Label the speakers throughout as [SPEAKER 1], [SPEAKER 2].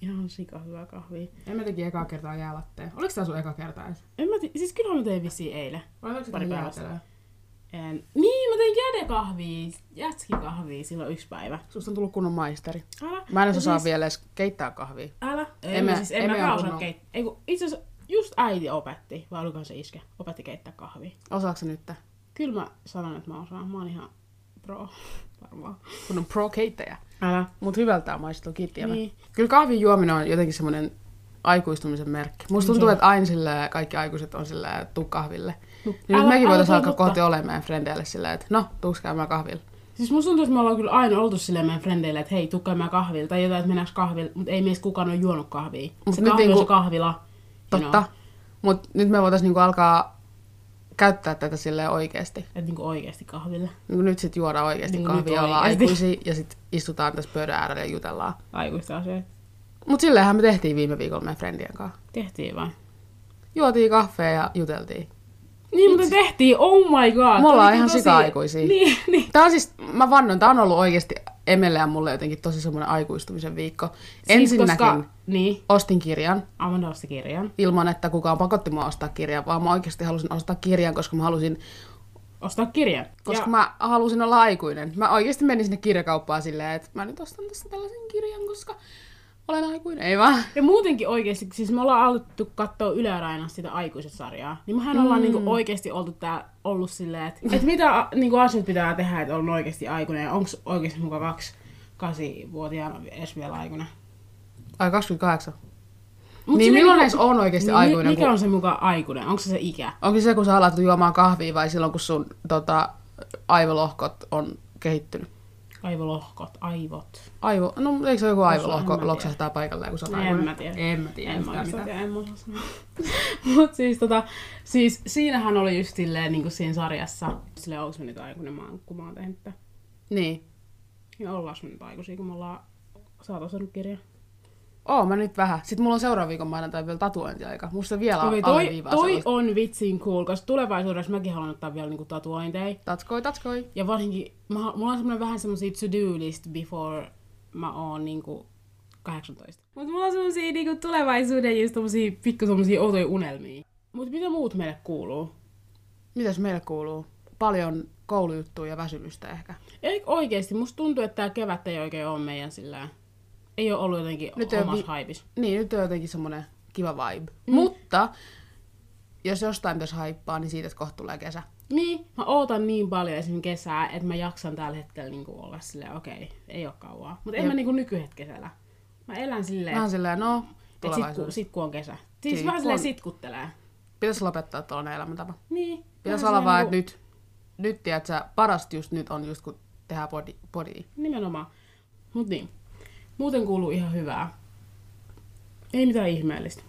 [SPEAKER 1] ihan sika hyvää kahvia.
[SPEAKER 2] En mä teki ekaa kertaa jäälatteen. Oliko tää sun eka kerta edes?
[SPEAKER 1] En mä tii- siis kyllä mä tein vissiin eilen.
[SPEAKER 2] Vai oliko se
[SPEAKER 1] Pari
[SPEAKER 2] tää
[SPEAKER 1] päivää
[SPEAKER 2] jäätelöä?
[SPEAKER 1] En... Niin, mä tein jädekahvia, jätskikahvia silloin yksi päivä.
[SPEAKER 2] Susta on tullut kunnon maisteri.
[SPEAKER 1] Älä.
[SPEAKER 2] Mä en edes
[SPEAKER 1] Ja
[SPEAKER 2] osaa
[SPEAKER 1] siis-
[SPEAKER 2] vielä edes keittää kahvia.
[SPEAKER 1] Älä. En,
[SPEAKER 2] Emme-
[SPEAKER 1] mä, siis, en
[SPEAKER 2] emme
[SPEAKER 1] mäkään
[SPEAKER 2] on
[SPEAKER 1] osaa
[SPEAKER 2] kunnon-
[SPEAKER 1] keittää. Ei kun itse asiassa just äiti opetti, vai olikohan se iske, opetti keittää kahvia.
[SPEAKER 2] Osaatko sä nyt?
[SPEAKER 1] Kyllä mä sanon, että mä osaan. Mä oon ihan pro, varmaan.
[SPEAKER 2] Kun on pro-keittäjä.
[SPEAKER 1] Älä.
[SPEAKER 2] Mut hyvältä tää maistuu, kiitti niin.
[SPEAKER 1] Niin.
[SPEAKER 2] Kyllä kahvin juominen on jotenkin semmoinen aikuistumisen merkki. Musta tuntuu, että aina sillä kaikki aikuiset on sillä tuu kahville.
[SPEAKER 1] No,
[SPEAKER 2] Niin nyt
[SPEAKER 1] älä-
[SPEAKER 2] mekin
[SPEAKER 1] älä
[SPEAKER 2] voitaisiin
[SPEAKER 1] toi
[SPEAKER 2] alkaa
[SPEAKER 1] totta.
[SPEAKER 2] kohti olemaan meidän frendeille sillä, että no, tuuks käymään kahville.
[SPEAKER 1] Siis musta tuntuu, että me ollaan kyllä aina oltu silleen meidän frendeille, että hei, tuu käymään kahvilla tai jotain, että mennäänkö kahvilla, mutta ei meistä kukaan ole juonut kahvia.
[SPEAKER 2] Mut
[SPEAKER 1] se
[SPEAKER 2] nyt
[SPEAKER 1] kahvi on
[SPEAKER 2] niinku-
[SPEAKER 1] se kahvila. you
[SPEAKER 2] Totta.
[SPEAKER 1] Know,
[SPEAKER 2] Mut nyt me voitaisiin niinku alkaa käyttää tätä sille oikeesti.
[SPEAKER 1] että niinku oikeasti kahville.
[SPEAKER 2] Niinku nyt sit juodaan oikeesti
[SPEAKER 1] Niin,
[SPEAKER 2] kahvia,
[SPEAKER 1] nyt
[SPEAKER 2] ollaan
[SPEAKER 1] oikeesti.
[SPEAKER 2] aikuisia ja sit istutaan tässä pöydän äärellä ja jutellaan.
[SPEAKER 1] Aikuista asioita.
[SPEAKER 2] Mut silleenhän me tehtiin viime viikolla meidän frendien kanssa.
[SPEAKER 1] Tehtiin vaan.
[SPEAKER 2] Juotiin kahvea ja juteltiin.
[SPEAKER 1] Niin, mutta tehtiin, oh my god.
[SPEAKER 2] Me ollaan
[SPEAKER 1] Toi
[SPEAKER 2] ihan
[SPEAKER 1] oli
[SPEAKER 2] sika-aikuisia.
[SPEAKER 1] Niin, niin.
[SPEAKER 2] Tää on siis, mä vannon, tää on ollut oikeesti Emelle ja mulle jotenkin tosi semmoinen aikuistumisen viikko. Ensinnäkin
[SPEAKER 1] Siis koska, niin,
[SPEAKER 2] ostin kirjan
[SPEAKER 1] Amanda osti kirjan.
[SPEAKER 2] ilman, että kukaan pakotti mua ostaa kirjan, vaan mä oikeasti halusin ostaa kirjan, koska mä halusin,
[SPEAKER 1] Ostaa kirjan.
[SPEAKER 2] koska ja. mä halusin olla aikuinen. Mä oikeasti menin sinne kirjakauppaan silleen, että mä nyt ostan tässä tällaisen kirjan, koska olen aikuinen, ei vaan.
[SPEAKER 1] Ja muutenkin oikeasti, siis me ollaan alettu katsoa Yle Areenassa sitä aikuiset sarjaa, niin mehän ollaan niinku
[SPEAKER 2] Mm.
[SPEAKER 1] oikeasti oltu tää, ollut silleen, että et mitä a- niinku asiat pitää tehdä, että on oikeasti aikuinen ja onko oikeasti muka kaksi kahdeksanvuotiaana edes vielä aikuinen.
[SPEAKER 2] Ai 28.
[SPEAKER 1] Mut
[SPEAKER 2] niin
[SPEAKER 1] silleen
[SPEAKER 2] milloin
[SPEAKER 1] niinku-
[SPEAKER 2] edes on oikeasti
[SPEAKER 1] mi-
[SPEAKER 2] aikuinen?
[SPEAKER 1] Mikä
[SPEAKER 2] kun-
[SPEAKER 1] on se muka aikuinen? Onko se se ikä?
[SPEAKER 2] Onko se, kun sä alat juomaan kahvia vai silloin, kun sun tota, aivolohkot on kehittynyt?
[SPEAKER 1] Aivolohkot, aivot.
[SPEAKER 2] Aivo, no eikö se ole joku
[SPEAKER 1] en mä
[SPEAKER 2] aivolohko
[SPEAKER 1] tiedä.
[SPEAKER 2] loksahtaa paikalleen, kun sä oot
[SPEAKER 1] No, en
[SPEAKER 2] aikuinen?
[SPEAKER 1] mä tiedä.
[SPEAKER 2] En mä tiedä.
[SPEAKER 1] En mä
[SPEAKER 2] yhtään
[SPEAKER 1] osaa
[SPEAKER 2] mitään.
[SPEAKER 1] en mä osaa sanoa. Mut siis tota, siis siinähän oli just silleen niinku siinä sarjassa, silleen onks mä nyt aikuinen, mä oon- kun mä oon tehnyt tää.
[SPEAKER 2] Niin.
[SPEAKER 1] Ja ollaan me nyt aikuisia, kun me ollaan saat osannut kirjaa.
[SPEAKER 2] Oo, mä nyt vähän. Sitten mulla on seuraavan viikon maanantai vielä tatuointiaika. Musta vielä on
[SPEAKER 1] Okei,
[SPEAKER 2] okay,
[SPEAKER 1] toi,
[SPEAKER 2] alleviivaa
[SPEAKER 1] toi
[SPEAKER 2] toi...
[SPEAKER 1] on vitsin cool, koska tulevaisuudessa mäkin haluan ottaa vielä niinku tatuointeja.
[SPEAKER 2] Tatskoi, tatskoi.
[SPEAKER 1] Ja varsinkin, mä, hal- mulla on semmoinen vähän semmosia to-do list before mä oon niinku 18. Mut mulla on semmosia niinku tulevaisuuden just tommosia pikku tommosia outoja unelmia. Mut mitä muut meille kuuluu?
[SPEAKER 2] Mitäs meillä kuuluu? Paljon koulujuttuja ja väsymystä ehkä.
[SPEAKER 1] Ei oikeesti, musta tuntuu, että tää kevät ei oikein oo meidän sillä ei ole ollut jotenkin
[SPEAKER 2] Nyt
[SPEAKER 1] Nyt
[SPEAKER 2] ei oo
[SPEAKER 1] omassa
[SPEAKER 2] vi-
[SPEAKER 1] haipis.
[SPEAKER 2] Niin, nyt on jotenkin semmonen kiva vibe. Mm. Mutta jos jostain pitäisi haippaa, niin siitä, että kohta tulee kesä.
[SPEAKER 1] Niin, mä ootan niin paljon esim. kesää, että mä jaksan tällä hetkellä niinku olla silleen, okei, ei oo kauaa. Mutta en
[SPEAKER 2] Jep.
[SPEAKER 1] mä niinku nykyhetkellä. Mä elän silleen,
[SPEAKER 2] Vähän silleen, no,
[SPEAKER 1] että sit, kun,
[SPEAKER 2] tulevaisuus.
[SPEAKER 1] sit kun on kesä. Siis
[SPEAKER 2] Sit
[SPEAKER 1] vähän silleen
[SPEAKER 2] kun-
[SPEAKER 1] sitkuttelee.
[SPEAKER 2] Pitäisi lopettaa tuollainen elämäntapa.
[SPEAKER 1] Niin.
[SPEAKER 2] Pitäisi
[SPEAKER 1] vähän
[SPEAKER 2] olla vaan,
[SPEAKER 1] silleen
[SPEAKER 2] että nyt, nyt tiedät sä, parasta just nyt on just kun tehdään body, body.
[SPEAKER 1] Nimenomaan. Mut niin. Muuten kuuluu ihan hyvää. Ei mitään ihmeellistä.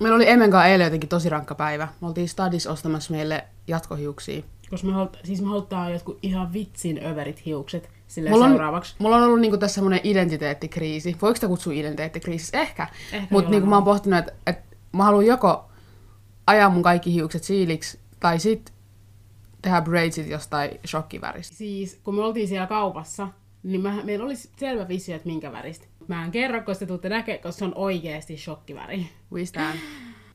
[SPEAKER 2] Meillä oli Emen kanssa eilen jotenkin tosi rankka päivä. Me oltiin stadis ostamassa meille jatkohiuksia.
[SPEAKER 1] Koska me, haluta, siis me halutaan jotkut ihan vitsin överit hiukset silleen
[SPEAKER 2] Mulla on,
[SPEAKER 1] seuraavaksi.
[SPEAKER 2] mulla on ollut niinku tässä semmoinen identiteettikriisi. Voiko sitä kutsua identiteettikriisissä? Ehkä.
[SPEAKER 1] Ehkä
[SPEAKER 2] Mutta niinku
[SPEAKER 1] jollain
[SPEAKER 2] mä oon pohtinut, että et mä haluan joko ajaa mun kaikki hiukset siiliksi, tai sit tehdä braidsit jostain shokkiväristä.
[SPEAKER 1] Siis kun me oltiin siellä kaupassa, niin mä, meillä oli selvä visio, että minkä väristä. Mä en kerro, koska te tuutte näkemään, koska se on oikeasti shokkiväri.
[SPEAKER 2] Wistään.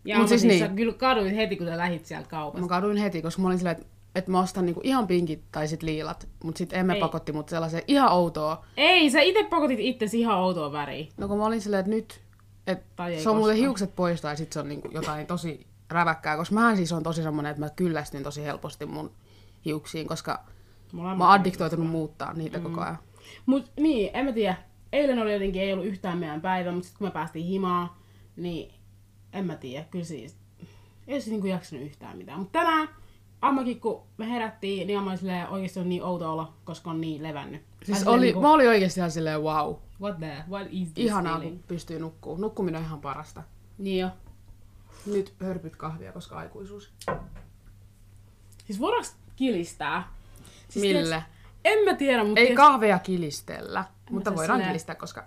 [SPEAKER 1] Ja
[SPEAKER 2] Mut
[SPEAKER 1] Mut
[SPEAKER 2] siis
[SPEAKER 1] siis niin.
[SPEAKER 2] niin.
[SPEAKER 1] sä kyllä kaduit heti, kun sä lähit sieltä
[SPEAKER 2] Mä
[SPEAKER 1] kaupasta.
[SPEAKER 2] kaduin heti, koska mä olin silleen, että et mä ostan niinku ihan pinkit tai sit liilat. Mut sit emme
[SPEAKER 1] Ei.
[SPEAKER 2] pakotti mut sellaiseen ihan outoa.
[SPEAKER 1] Ei, sä itse pakotit itse ihan outoa väriin.
[SPEAKER 2] No kun mä olin silleen, että nyt, että se on
[SPEAKER 1] Tai ei
[SPEAKER 2] muuten
[SPEAKER 1] koskaan.
[SPEAKER 2] hiukset pois tai sit se on niinku jotain tosi räväkkää. Koska mähän siis on tosi semmonen, että mä kyllästyn tosi helposti mun hiuksiin, koska
[SPEAKER 1] Mulla on
[SPEAKER 2] Mä oon addiktoitunut muuttaa niitä mm. koko ajan.
[SPEAKER 1] Mut niin, en mä tiedä. Eilen oli jotenkin, ei ollut yhtään meidän päivä, mutta sitten kun me päästiin himaan, niin en mä tiedä. Kyllä siis, ei se niinku jaksanut yhtään mitään. Mutta tänään, ammakin kun me herättiin, niin amma oli silleen, oikeesti on niin outo olla, koska on niin levännyt. Tai
[SPEAKER 2] Siis
[SPEAKER 1] silleen
[SPEAKER 2] oli,
[SPEAKER 1] niinku, niin,
[SPEAKER 2] mä olin oikeesti ihan silleen wow.
[SPEAKER 1] What the, what is this
[SPEAKER 2] Ihanaa,
[SPEAKER 1] feeling?
[SPEAKER 2] kun pystyy nukkuu. Nukkuminen on ihan parasta.
[SPEAKER 1] Niin jo.
[SPEAKER 2] Nyt hörpyt kahvia, koska aikuisuus.
[SPEAKER 1] Siis voidaanko kilistää? Siis
[SPEAKER 2] Millä?
[SPEAKER 1] tiiäks- en mä tiedä, mutta...
[SPEAKER 2] Ei kahveja kilistellä, mutta
[SPEAKER 1] saa
[SPEAKER 2] voidaan
[SPEAKER 1] silleen-
[SPEAKER 2] kilistää, koska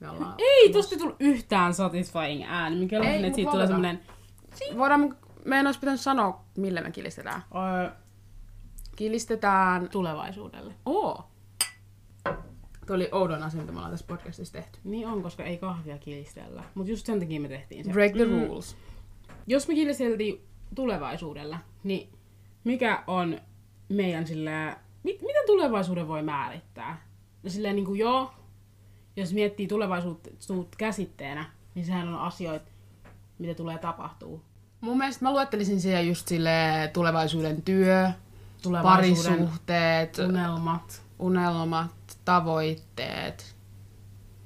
[SPEAKER 2] me ollaan...
[SPEAKER 1] ei tosta ei tullut yhtään satisfying ääni, mikä on,
[SPEAKER 2] Ei, mut
[SPEAKER 1] että siitä tulee
[SPEAKER 2] lauleta.
[SPEAKER 1] semmonen...
[SPEAKER 2] Voidaan, me en olisi pitänyt sanoa, millä me kilistetään.
[SPEAKER 1] ö,
[SPEAKER 2] Kilistetään...
[SPEAKER 1] tulevaisuudelle.
[SPEAKER 2] Oo. Tuo oli oudon asia, mitä me ollaan tässä podcastissa tehty.
[SPEAKER 1] Niin on, koska ei kahvia kilistellä. Mutta just sen takia me tehtiin se.
[SPEAKER 2] Break the
[SPEAKER 1] Mm.
[SPEAKER 2] rules.
[SPEAKER 1] Jos me kilisteltiin tulevaisuudella, niin mikä on meidän sillä... Mit, miten tulevaisuuden voi määrittää? No silleen niin kuin joo, jos miettii tulevaisuutta suut käsitteenä, niin sehän on asioita, mitä tulee tapahtuu.
[SPEAKER 2] Mun mielestä mä luettelisin siihen just sille tulevaisuuden työ,
[SPEAKER 1] Tulevaisuuden
[SPEAKER 2] parisuhteet,
[SPEAKER 1] unelmat.
[SPEAKER 2] unelmat, tavoitteet.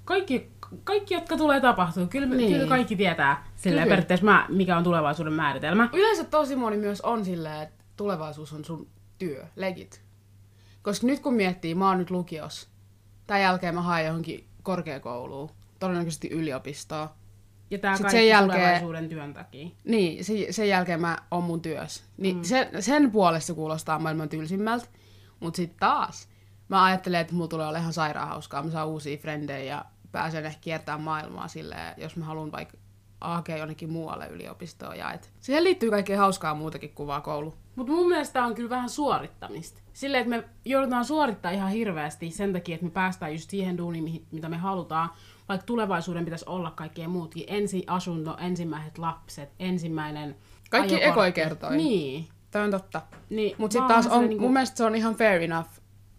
[SPEAKER 1] Kaikki, kaikki, jotka tulee tapahtuu. Kyllä, niin.
[SPEAKER 2] Niin.
[SPEAKER 1] kyllä kaikki tietää sillä
[SPEAKER 2] Kyllä.
[SPEAKER 1] periaatteessa, mä, mikä on tulevaisuuden määritelmä.
[SPEAKER 2] Yleensä tosi moni myös on silleen, että tulevaisuus on sun työ, legit. Koska nyt kun miettii, mä oon nyt lukios. Tämän jälkeen mä haen johonkin korkeakouluun, todennäköisesti yliopistoon.
[SPEAKER 1] Ja tämä
[SPEAKER 2] Sit
[SPEAKER 1] kaikki
[SPEAKER 2] sen jälkeen-
[SPEAKER 1] tulevaisuuden työn takia.
[SPEAKER 2] Niin, se, sen jälkeen mä oon mun työs. Niin mm. sen, sen puolesta kuulostaa maailman tylsimmältä, mutta sitten taas mä ajattelen, että mulla tulee olla ihan sairaan hauskaa. Mä saan uusia frendejä ja pääsen ehkä kiertämään maailmaa silleen, jos mä haluan vaikka hakea jonnekin muualle yliopistoon. Ja et. Siihen liittyy kaikkea hauskaa muutakin kuin vaan koulu.
[SPEAKER 1] Mutta mun mielestä tää on kyllä vähän suorittamista. Silleen, että me joudutaan suorittaa ihan hirveästi sen takia, että me päästään just siihen duuniin, mihin- mitä me halutaan. Vaikka tulevaisuuden pitäisi olla kaikkea muutkin. Ensi asunto, ensimmäiset lapset, ensimmäinen
[SPEAKER 2] Kaikki
[SPEAKER 1] ajokortti.
[SPEAKER 2] ekoi kertoi.
[SPEAKER 1] Niin.
[SPEAKER 2] Tämä on totta.
[SPEAKER 1] niin
[SPEAKER 2] Mutta
[SPEAKER 1] mä
[SPEAKER 2] sitten
[SPEAKER 1] oon
[SPEAKER 2] taas
[SPEAKER 1] vähän
[SPEAKER 2] on,
[SPEAKER 1] silleen
[SPEAKER 2] mun mielestä se on ihan fair enough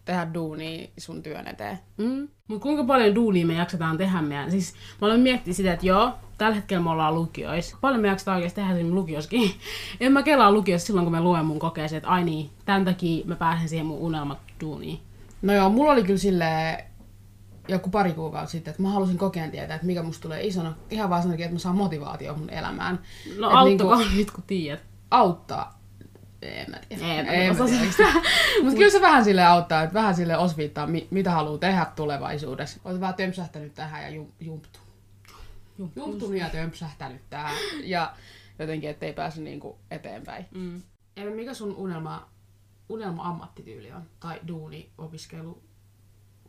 [SPEAKER 2] tehdä duunia sun työn eteen.
[SPEAKER 1] Mm. Mutta kuinka paljon duunia me jaksetaan tehdä meidän? Siis mä olen miettinyt sitä, että joo, tällä hetkellä me ollaan lukiois. Paljon me jaksetaan oikeasti tehdä siinä lukioskin. en mä kelaa lukiossa silloin, kun mä luen mun kokeeseen, että ai niin, tämän takia mä pääsen siihen mun unelmaduuniin.
[SPEAKER 2] No joo, mulla oli kyllä silleen joku pari kuukautta sitten, että mä halusin kokeen tietää, että mikä musta tulee isona. Ihan vaan sen takia, että mä saan motivaatio mun elämään.
[SPEAKER 1] No
[SPEAKER 2] Et
[SPEAKER 1] auttakaa
[SPEAKER 2] niinku
[SPEAKER 1] niin nyt, kun tiedät.
[SPEAKER 2] auttaa. En mä tiedä.
[SPEAKER 1] Ei,
[SPEAKER 2] En
[SPEAKER 1] mä
[SPEAKER 2] mä tiedä. Mutta kyllä se vähän sille auttaa, että vähän sille osviittaa, mi- mitä haluaa tehdä tulevaisuudessa. Olet vähän tömpsähtänyt tähän ja jum- jumptu. Jumptunut ja tömpsähtänyt tähän. Ja jotenkin, ettei pääse niinku eteenpäin.
[SPEAKER 1] Mm.
[SPEAKER 2] Eli mikä sun unelma, unelma ammattityyli on? Tai duuni, opiskelu,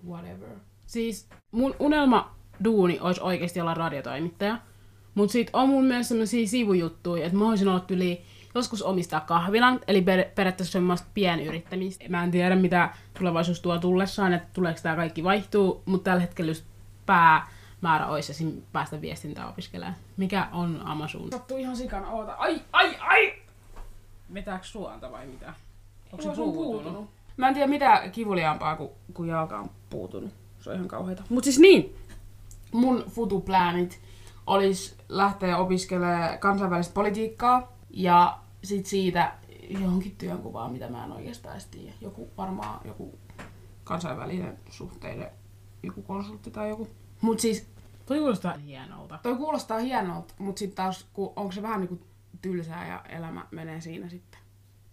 [SPEAKER 2] whatever.
[SPEAKER 1] Siis mun unelma duuni olisi oikeasti olla radiotoimittaja. Mut sit on mun myös sellaisia sivujuttuja, että mä voisin olla yli joskus omistaa kahvilan, eli per, periaatteessa semmoista pienyrittämistä. Mä en tiedä, mitä tulevaisuus tuo tullessaan, että tuleeko tämä kaikki vaihtuu, mutta tällä hetkellä just päämäärä olisi esim. päästä viestintää opiskelemaan. Mikä on Amazon?
[SPEAKER 2] Sattuu ihan sikana, oota. Ai, ai, ai!
[SPEAKER 1] Vetääks suonta vai mitä?
[SPEAKER 2] Onko se puutunut? Mä en tiedä mitä kivuliaampaa kuin, kuin jalka on puutunut. Se on ihan kauheeta. Mut siis niin, mun futuplänit olis lähteä opiskelemaan kansainvälistä politiikkaa ja sit siitä johonkin työnkuvaan, mitä mä en oikeastaan edes tiedä. Joku varmaan joku kansainvälinen suhteiden joku konsultti tai joku. Mut siis
[SPEAKER 1] Toi kuulostaa hienolta.
[SPEAKER 2] Toi kuulostaa hienolta, mutta sitten taas ku, onko se vähän niinku tylsää ja elämä menee siinä sitten.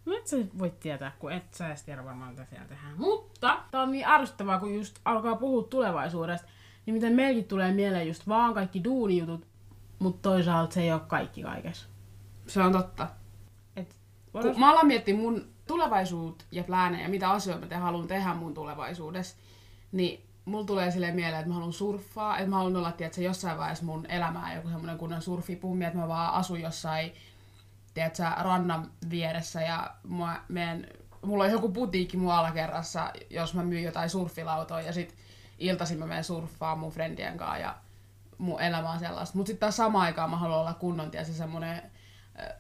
[SPEAKER 1] No et sä voi tietää, kun et sä edes tiedä varmaan, mitä siellä tehdään. Mutta tää on niin ärsyttävää, kun just alkaa puhua tulevaisuudesta, niin miten meilläkin tulee mieleen just vaan kaikki duunijutut, mutta toisaalta se ei ole kaikki kaikessa.
[SPEAKER 2] Se on totta.
[SPEAKER 1] Et,
[SPEAKER 2] Kun mä alan miettiä mun tulevaisuut ja pläänejä, mitä asioita mä te haluan tehdä mun tulevaisuudessa, niin mulla tulee silleen mieleen, että mä haluan surffaa, että mä haluan olla, tiedätkö, jossain vaiheessa mun elämää joku semmoinen kunnon surfipummi, että mä vaan asun jossain, tiedätkö, rannan vieressä ja mä meen, mulla on joku putiikki mun alakerrassa, jos mä myyn jotain surfilautoja ja sit iltaisin mä menen surffaan mun friendien kanssa ja mun elämä on sellaista. Mutta sitten taas samaan aikaan mä haluan olla kunnon, tiedätkö, semmoinen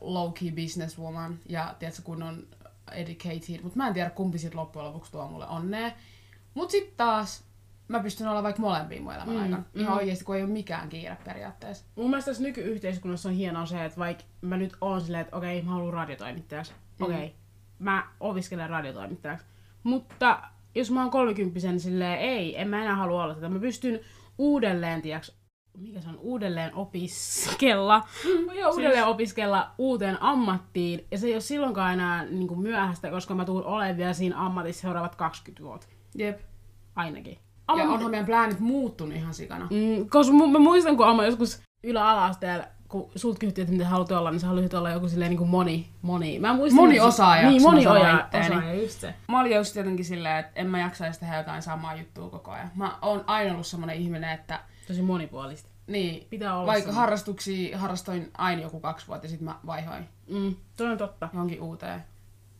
[SPEAKER 2] low-key businesswoman ja tiedätkö, kunnon educated. Mutta mä en tiedä, kumpi sit loppujen lopuksi tuo mulle onnea. Mutta sitten taas mä pystyn olla vaikka molempia mun elämän
[SPEAKER 1] Mm,
[SPEAKER 2] mm, aikana. Ihan
[SPEAKER 1] mm.
[SPEAKER 2] mm. oikeasti, kun ei ole mikään kiire periaatteessa.
[SPEAKER 1] mun mielestä tässä nykyyhteiskunnassa on hienoa se, että vaikka mä nyt oon silleen, että okei, mä haluan radiotoimittajaksi.
[SPEAKER 2] Mm.
[SPEAKER 1] Okei, mä opiskelen radiotoimittajaksi. Mutta jos mä oon 30 niin silleen, ei, en mä enää halua olla tätä. Mä pystyn uudelleen, tiiäks, mikä se on, uudelleen opiskella.
[SPEAKER 2] Mm, joo,
[SPEAKER 1] uudelleen opiskella uuteen ammattiin, ja se ei ole silloinkaan enää niin kuin myöhäistä, koska mä tuun olemaan vielä siinä ammatissa seuraavat 20 vuotta,
[SPEAKER 2] Jep.
[SPEAKER 1] ainakin.
[SPEAKER 2] Ja
[SPEAKER 1] Amma,
[SPEAKER 2] onhan meidän pläänit muuttunut ihan sikana.
[SPEAKER 1] mm, koska mu- mä muistan, kun Amma joskus ylä-alasteella, kun sult kysyttiin, että mitä haluat olla, niin sä haluaisit olla joku silleen niin kuin moni, moni. Mä muistan,
[SPEAKER 2] Moni
[SPEAKER 1] että se-
[SPEAKER 2] osaajaksi
[SPEAKER 1] Niin,
[SPEAKER 2] mä
[SPEAKER 1] moni
[SPEAKER 2] sanoin
[SPEAKER 1] oja,
[SPEAKER 2] itteeni.
[SPEAKER 1] osaaja, just se.
[SPEAKER 2] Mä olin just jotenkin silleen, että en mä jaksaisi tehdä jotain samaa juttua koko ajan. Mä oon aina ollut semmonen ihminen, että
[SPEAKER 1] Tosi monipuolista.
[SPEAKER 2] niin,
[SPEAKER 1] Pitää olla
[SPEAKER 2] vaikka
[SPEAKER 1] semmoinen.
[SPEAKER 2] harrastuksia harrastoin aina joku kaksi vuotta ja sit mä vaihoin
[SPEAKER 1] Mm, toi on totta.
[SPEAKER 2] johonkin uuteen.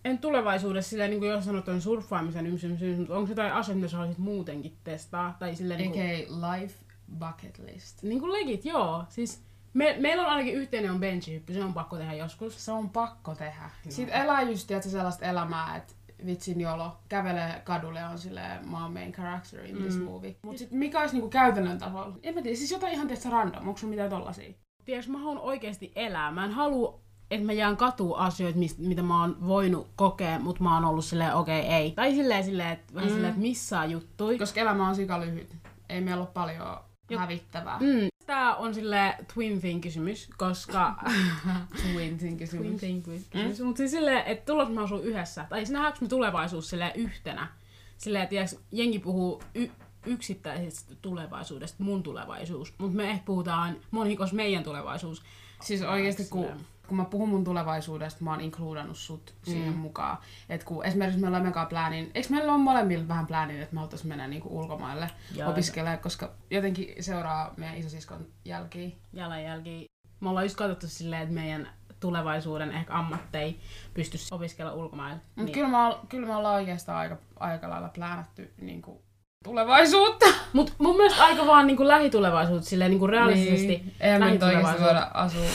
[SPEAKER 1] en tulevaisuudessa silleen, niin kuin jos sanot, on surffaamisen yms, yms, yms, mutta onko jotain asioita, mitä sä haluaisit muutenkin testaa? Tai silleen, niin kuin,
[SPEAKER 2] A.k.a. life bucket list.
[SPEAKER 1] niin kuin legit, joo. Siis me, meillä on ainakin yhteinen on benchihyppy, se on pakko tehdä joskus.
[SPEAKER 2] Se on pakko tehdä. Sitten elää just tiedätkö, sellaista elämää, että vitsin jolo, kävelee kadulle ja on silleen, mä oon main character in this movie. Mut sit mikä olisi niinku käytännön tasolla? En mä tiedä, siis jotain ihan tietysti random, onko sun mitään tollasia?
[SPEAKER 1] Tiedätkö, mä haluan oikeasti elää. Mä en halua, että mä jään katua asioita, mist, mitä mä oon voinut kokea, mutta mä oon ollut silleen, okei, okay, ei. Tai silleen, silleen että vähän mm. silleen, että missaa juttui.
[SPEAKER 2] Koska elämä on sika lyhyt. Ei meillä ole paljon hävittävää.
[SPEAKER 1] Mm. Tää on sille twin thing kysymys, koska...
[SPEAKER 2] Twintin
[SPEAKER 1] twin thing kysymys. Mm? Mutta siis silleen, että tulos mä asun yhdessä. Tai siis nähdäänkö me tulevaisuus silleen yhtenä. Silleen, että tiiäks, jengi puhuu y- yksittäisestä tulevaisuudesta, mun tulevaisuus. Mutta me ehkä puhutaan monikos meidän tulevaisuus.
[SPEAKER 2] Siis oikeesti kun, kun mä puhun mun tulevaisuudesta, mä oon includannut sut
[SPEAKER 1] Mm.
[SPEAKER 2] siihen mukaan. Et kun esimerkiksi me ollaan mekaan pläänin, eikö meillä ole molemmilla vähän pläänin, että me haluttais mennä niinku ulkomaille
[SPEAKER 1] Joo.
[SPEAKER 2] opiskelemaan, koska jotenkin seuraa meidän isosiskon jälkiä.
[SPEAKER 1] jalanjälki. Me ollaan just katsottu silleen, että meidän tulevaisuuden ehkä ammatteja pystyisi opiskella ulkomailla.
[SPEAKER 2] Mut niin. kyllä, me, ol- kyllä me ollaan oikeastaan aika, aika lailla pläänätty niinku, tulevaisuutta.
[SPEAKER 1] Mut mun mielestä aika vaan niinku lähitulevaisuutta, silleen niinku realistisesti
[SPEAKER 2] Niin. Eihän me nyt oikeesti voida asua. Okei,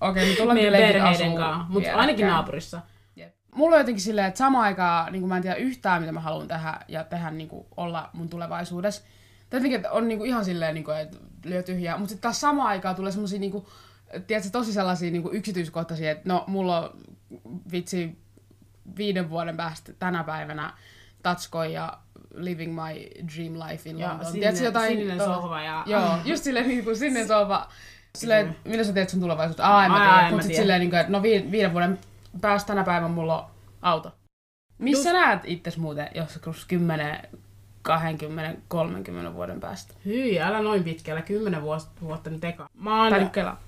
[SPEAKER 2] okay, me tullaan
[SPEAKER 1] meidän
[SPEAKER 2] kyllä leikin
[SPEAKER 1] perheiden
[SPEAKER 2] asuu
[SPEAKER 1] kanssa, mutta
[SPEAKER 2] vierekkäin.
[SPEAKER 1] ainakin naapurissa.
[SPEAKER 2] Jep. Mulla on jotenkin silleen, että samaan aikaan niin mä en tiedä yhtään, mitä mä haluan tehdä ja tehdä niin kuin, olla mun tulevaisuudessa. Tai Jotenkin, että on niin kuin, ihan silleen, niin kuin, että lyö tyhjää. Mutta sitten taas samaan aikaan tulee semmosia, niin kuin, tiedätkö, tosi sellaisia niin kuin, yksityiskohtaisia, että no mulla on vitsi viiden vuoden päästä tänä päivänä tatskoi ja living my dream life in
[SPEAKER 1] Joo,
[SPEAKER 2] London.
[SPEAKER 1] sininen-
[SPEAKER 2] Tiedätkö, jotain
[SPEAKER 1] sininen
[SPEAKER 2] tolla-
[SPEAKER 1] sohva ja-
[SPEAKER 2] Joo, just silleen niin kuin sinne sohva. Silleen, että millä sä teet sun tulevaisuutta? Mm. Aa, en mä
[SPEAKER 1] Ai, ai,
[SPEAKER 2] tiedä.
[SPEAKER 1] en
[SPEAKER 2] Mut
[SPEAKER 1] mä
[SPEAKER 2] sit
[SPEAKER 1] tiedä.
[SPEAKER 2] silleen, niin kuin, että no vi- viiden vuoden päästä tänä päivänä mulla on auto. Missä näet itses muuten joskus 10, 20, 30 vuoden päästä?
[SPEAKER 1] Hyi, älä noin pitkällä, kymmenen vuotta, vuotta nyt eka. Mä oon
[SPEAKER 2] Tai nyt kelaa.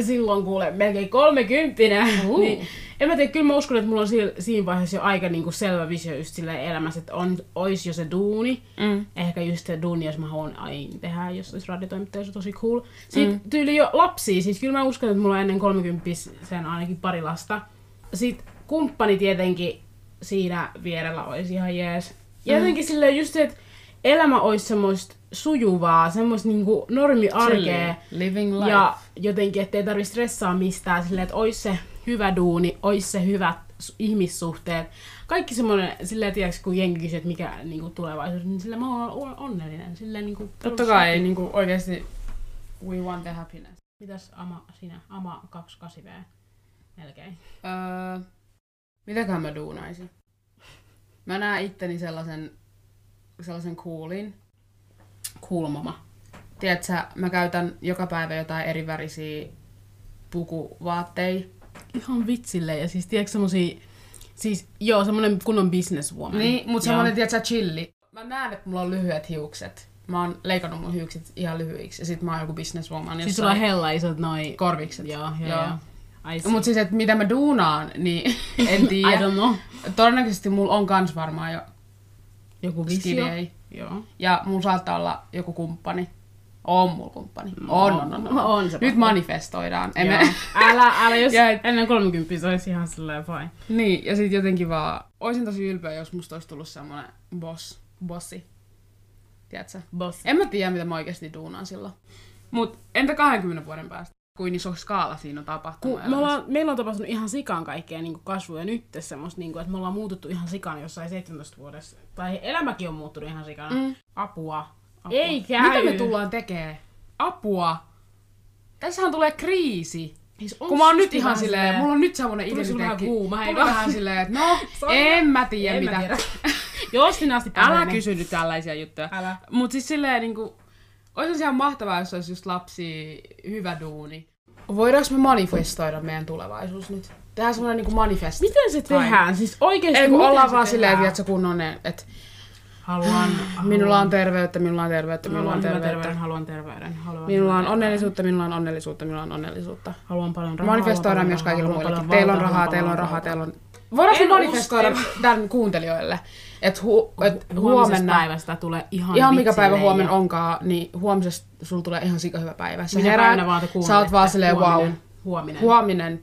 [SPEAKER 1] silloin kuule melkein kolmekymppinen.
[SPEAKER 2] Uhu.
[SPEAKER 1] niin, en mä tiedä, kyllä mä uskon, että mulla on siinä, siinä vaiheessa jo aika niinku selvä visio just sillä elämässä, että on, ois jo se duuni.
[SPEAKER 2] Mm.
[SPEAKER 1] Ehkä just se duuni, jos mä haluan aina tehdä, jos olisi radiotoimittaja, se on tosi cool. Sitten mm. tyyli jo lapsia, siis kyllä mä uskon, että mulla on ennen 30 sen ainakin pari lasta. Sitten kumppani tietenkin siinä vierellä olisi ihan jees. Ja jotenkin silleen just se, että elämä olisi semmoista sujuvaa, semmoista niinku normiarkea.
[SPEAKER 2] Living life.
[SPEAKER 1] Ja jotenkin, ettei tarvi stressaa mistään silleen, että ois se hyvä duuni, ois se hyvät su- ihmissuhteet. Kaikki semmoinen, silleen tiedäks, kun jengi kysyy, että mikä niinku, tulevaisuus, niin sillä mä oon on- onnellinen. Silleen, niinku,
[SPEAKER 2] Totta kai niin kuin oikeesti we want the happiness.
[SPEAKER 1] Mitäs Ama sinä? Ama 28V. Melkein.
[SPEAKER 2] Öö, mitäköhän mä duunaisin? Mä näen itteni sellaisen, sellaisen coolin.
[SPEAKER 1] Kulmoma.
[SPEAKER 2] Tiedätkö, mä käytän joka päivä jotain eri värisiä pukuvaatteita.
[SPEAKER 1] Ihan vitsille ja siis tiedätkö semmosia, siis joo semmonen kunnon businesswoman.
[SPEAKER 2] Niin, mutta
[SPEAKER 1] Joo.
[SPEAKER 2] semmoinen, tiedätkö, chilli. Mä näen, että mulla on lyhyet hiukset. Mä oon leikannut mun hiukset ihan lyhyiksi. Ja sit mä oon joku businesswoman
[SPEAKER 1] Siis sulla on
[SPEAKER 2] jossain siis
[SPEAKER 1] hella isot noi...
[SPEAKER 2] korvikset.
[SPEAKER 1] Joo, joo, joo. I see.
[SPEAKER 2] Mut siis, että mitä mä duunaan, niin en
[SPEAKER 1] I
[SPEAKER 2] tiedä.
[SPEAKER 1] don't know.
[SPEAKER 2] Todennäköisesti mulla on kans varmaan jo
[SPEAKER 1] Joku visio.
[SPEAKER 2] skidei.
[SPEAKER 1] Joo.
[SPEAKER 2] Ja mulla saattaa olla joku kumppani. On mulla kumppani. On, on, on. on.
[SPEAKER 1] Mm. On se
[SPEAKER 2] Nyt manifestoidaan. Emme.
[SPEAKER 1] Joo. Älä, älä, jos
[SPEAKER 2] Ja et-
[SPEAKER 1] ennen 30 se olisi ihan silleen fine.
[SPEAKER 2] Niin, ja sitten jotenkin vaan... Oisin tosi ylpeä, jos musta olisi tullut semmonen boss, bossi. Tiedätkö?
[SPEAKER 1] Boss.
[SPEAKER 2] En mä tiedä, mitä mä oikeasti duunaan silloin. Mut entä 20 vuoden päästä? Kuin iso skaala siinä on tapahtunut?
[SPEAKER 1] Kun me ollaan, meillä on tapahtunut ihan sikan kaikkea niin kasvuja nyt semmoista, niin kuin, että me ollaan muututtu ihan sikan jossain 17 vuodessa. Tai elämäkin on muuttunut ihan sikana.
[SPEAKER 2] Mm.
[SPEAKER 1] Apua.
[SPEAKER 2] Ei
[SPEAKER 1] Apua. Ei
[SPEAKER 2] käy.
[SPEAKER 1] käy.
[SPEAKER 2] Mitä me tullaan tekemään? Apua! Tässähän tulee kriisi.
[SPEAKER 1] Siis
[SPEAKER 2] Kun mä oon nyt ihan silleen, mulla on nyt semmonen
[SPEAKER 1] Tuli sulla vähän
[SPEAKER 2] identiteetti.
[SPEAKER 1] kuuma, hei
[SPEAKER 2] Tuli
[SPEAKER 1] vaan.
[SPEAKER 2] vähän silleen, että no,
[SPEAKER 1] Sori.
[SPEAKER 2] en mä tiedä
[SPEAKER 1] En mä
[SPEAKER 2] mitä.
[SPEAKER 1] tiedä. Jos sinä asti niin
[SPEAKER 2] Älä
[SPEAKER 1] pahenee.
[SPEAKER 2] kysy nyt tällaisia juttuja.
[SPEAKER 1] Älä.
[SPEAKER 2] Mut siis silleen niinku, ois se ihan mahtavaa, jos olisi just lapsi, hyvä duuni. Voidaanko me manifestoida meidän tulevaisuus nyt? Tehdään semmonen niinku manifest.
[SPEAKER 1] Miten se tehdään? Siis oikeesti
[SPEAKER 2] Ei kun
[SPEAKER 1] miten
[SPEAKER 2] ollaan
[SPEAKER 1] se
[SPEAKER 2] vaan
[SPEAKER 1] tehdään?
[SPEAKER 2] silleen, että kun on ne, että
[SPEAKER 1] Haluan,
[SPEAKER 2] minulla on terveyttä, minulla on terveyttä, minulla
[SPEAKER 1] haluan
[SPEAKER 2] on
[SPEAKER 1] hyvän
[SPEAKER 2] terveyttä.
[SPEAKER 1] terveyden, haluan terveyden, haluan
[SPEAKER 2] Minulla on
[SPEAKER 1] hyvän
[SPEAKER 2] onnellisuutta, minulla on onnellisuutta, minulla on onnellisuutta.
[SPEAKER 1] Haluan paljon rahaa.
[SPEAKER 2] Manifestoidaan
[SPEAKER 1] haluan
[SPEAKER 2] myös
[SPEAKER 1] paljon
[SPEAKER 2] kaikilla
[SPEAKER 1] rahaa, haluan
[SPEAKER 2] muillekin.
[SPEAKER 1] paljon
[SPEAKER 2] Teillä on
[SPEAKER 1] valtaa,
[SPEAKER 2] rahaa, teillä on
[SPEAKER 1] haluan
[SPEAKER 2] rahaa,
[SPEAKER 1] paljon valtaa.
[SPEAKER 2] teillä on... Voidaanko me
[SPEAKER 1] En usko.
[SPEAKER 2] manifestoida tämän kuuntelijoille, että hu- et
[SPEAKER 1] Hu- huomisesta
[SPEAKER 2] huomenna
[SPEAKER 1] päivästä tulee ihan
[SPEAKER 2] ihan mikä
[SPEAKER 1] vitsilleen
[SPEAKER 2] päivä huomenna
[SPEAKER 1] ja
[SPEAKER 2] onkaan, niin huomisesta sulla tulee ihan sika hyvä päivä. Sä
[SPEAKER 1] minä
[SPEAKER 2] heräät,
[SPEAKER 1] päivänä vaan te
[SPEAKER 2] sä oot
[SPEAKER 1] kuuntelette.
[SPEAKER 2] vaan silleen wow,
[SPEAKER 1] Huominen. huominen.
[SPEAKER 2] huominen on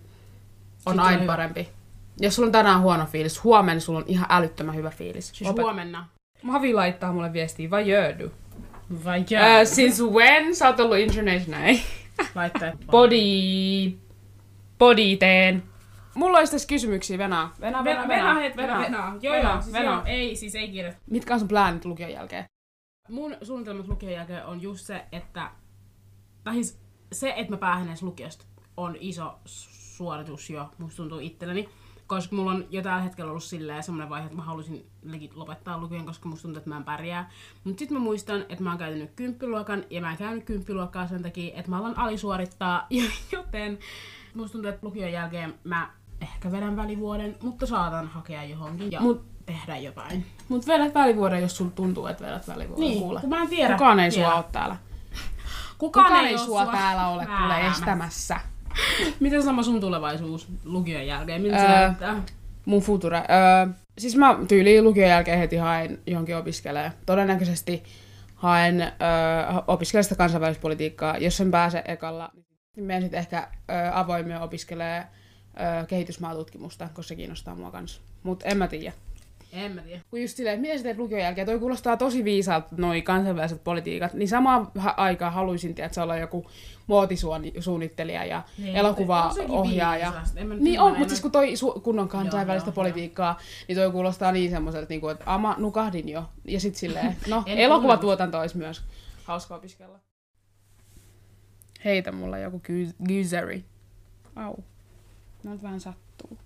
[SPEAKER 1] Sit on
[SPEAKER 2] aina
[SPEAKER 1] hyvä.
[SPEAKER 2] parempi. Jos sulla on tänään huono fiilis, huomenna sulla on ihan älyttömän hyvä fiilis.
[SPEAKER 1] Siis huomenna.
[SPEAKER 2] Mavi laittaa mulle viestiä, vai jöödy?
[SPEAKER 1] Vai
[SPEAKER 2] Uh, since when sä oot ollut international?
[SPEAKER 1] Laittaa.
[SPEAKER 2] Body... Bodyteen. Mulla olisi tässä kysymyksiä, Venaa. Venaa,
[SPEAKER 1] Venä,
[SPEAKER 2] Venaa,
[SPEAKER 1] venä,
[SPEAKER 2] Venaa,
[SPEAKER 1] venä, venä, venä, joo, joo, siis joo, ei, siis ei kiire.
[SPEAKER 2] Mitkä on sun pläänit lukion jälkeen?
[SPEAKER 1] Mun suunnitelmat lukion jälkeen on just se, että, tai siis se, että mä päähän edes lukiosta, on iso su- suoritus jo, musta tuntuu itselleni. Koska mulla on jo tällä hetkellä ollut silleen semmoinen vaihe, että mä halusin legit lopettaa lukion, koska musta tuntuu, että mä en pärjää. Mut sit mä muistan, että mä oon käytänyt kymppiluokan, ja mä en käynyt kymppiluokkaa sen takia, että mä alan alisuorittaa, joten musta tuntuu, että lukion jälkeen mä ehkä vedän välivuoden, mutta saatan hakea johonkin ja
[SPEAKER 2] Mut-
[SPEAKER 1] Mut... tehdä jotain.
[SPEAKER 2] Mut vedät välivuoden, jos sulla tuntuu, että vedät välivuoden. Kuule.
[SPEAKER 1] Niin, kun mä en tiedä.
[SPEAKER 2] Kukaan ei
[SPEAKER 1] vielä.
[SPEAKER 2] sua ole täällä.
[SPEAKER 1] Kukaan,
[SPEAKER 2] Kukaan ei
[SPEAKER 1] oo
[SPEAKER 2] sua täällä ole kuule
[SPEAKER 1] määräämässä.
[SPEAKER 2] estämässä.
[SPEAKER 1] Miten sama sun tulevaisuus lukion jälkeen? Miltä se
[SPEAKER 2] Öö.
[SPEAKER 1] näyttää?
[SPEAKER 2] Mun future. Öö, siis mä tyyliin lukion jälkeen heti haen johonkin opiskelee. Todennäköisesti haen öö, opiskelijasta kansainvälispolitiikkaa. Jos sen pääse ekalla, niin menen sitten ehkä öö, avoimeen opiskelee öö, kehitysmaatutkimusta, koska se kiinnostaa mua kanssa. Mut en mä tiedä.
[SPEAKER 1] En mä tiedä.
[SPEAKER 2] Kun just silleen, että miten sä teet lukion jälkeen, toi kuulostaa tosi viisaalta noi kansainväliset politiikat, niin samaan ha- aikaan haluaisin, tiedä, että se olla joku muotisuunnittelija ja niin, elokuvaohjaaja. Niin on, mutta siis kun toi su- kunnon kansainvälistä
[SPEAKER 1] joo, joo.
[SPEAKER 2] politiikkaa, niin toi kuulostaa niin semmoiselta, niinku, että ama, nukahdin jo. Ja sit silleen, no
[SPEAKER 1] En
[SPEAKER 2] elokuvatuotanto olisi myös hauska opiskella. Heitä mulla joku gy- gyzeri. Au. Noit vähän sattuu.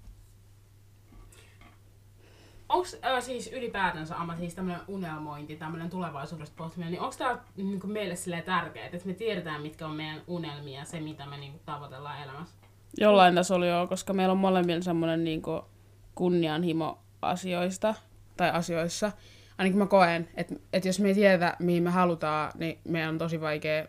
[SPEAKER 1] Onko äh, siis ylipäätänsä ama siis tämmönen unelmointi, tämmönen tulevaisuudesta pohtiminen, niin onko tämä niinku meille silleen tärkeää, että me tiedetään mitkä on meidän unelmia ja se mitä me niinku tavoitellaan elämässä?
[SPEAKER 3] Jollain tasolla joo, koska meillä on molemmilla semmoinen niinku kunnianhimo asioista.
[SPEAKER 2] tai asioissa. Ainakin mä koen, että, että jos me ei tiedetä, mihin me halutaan, niin meidän on tosi vaikea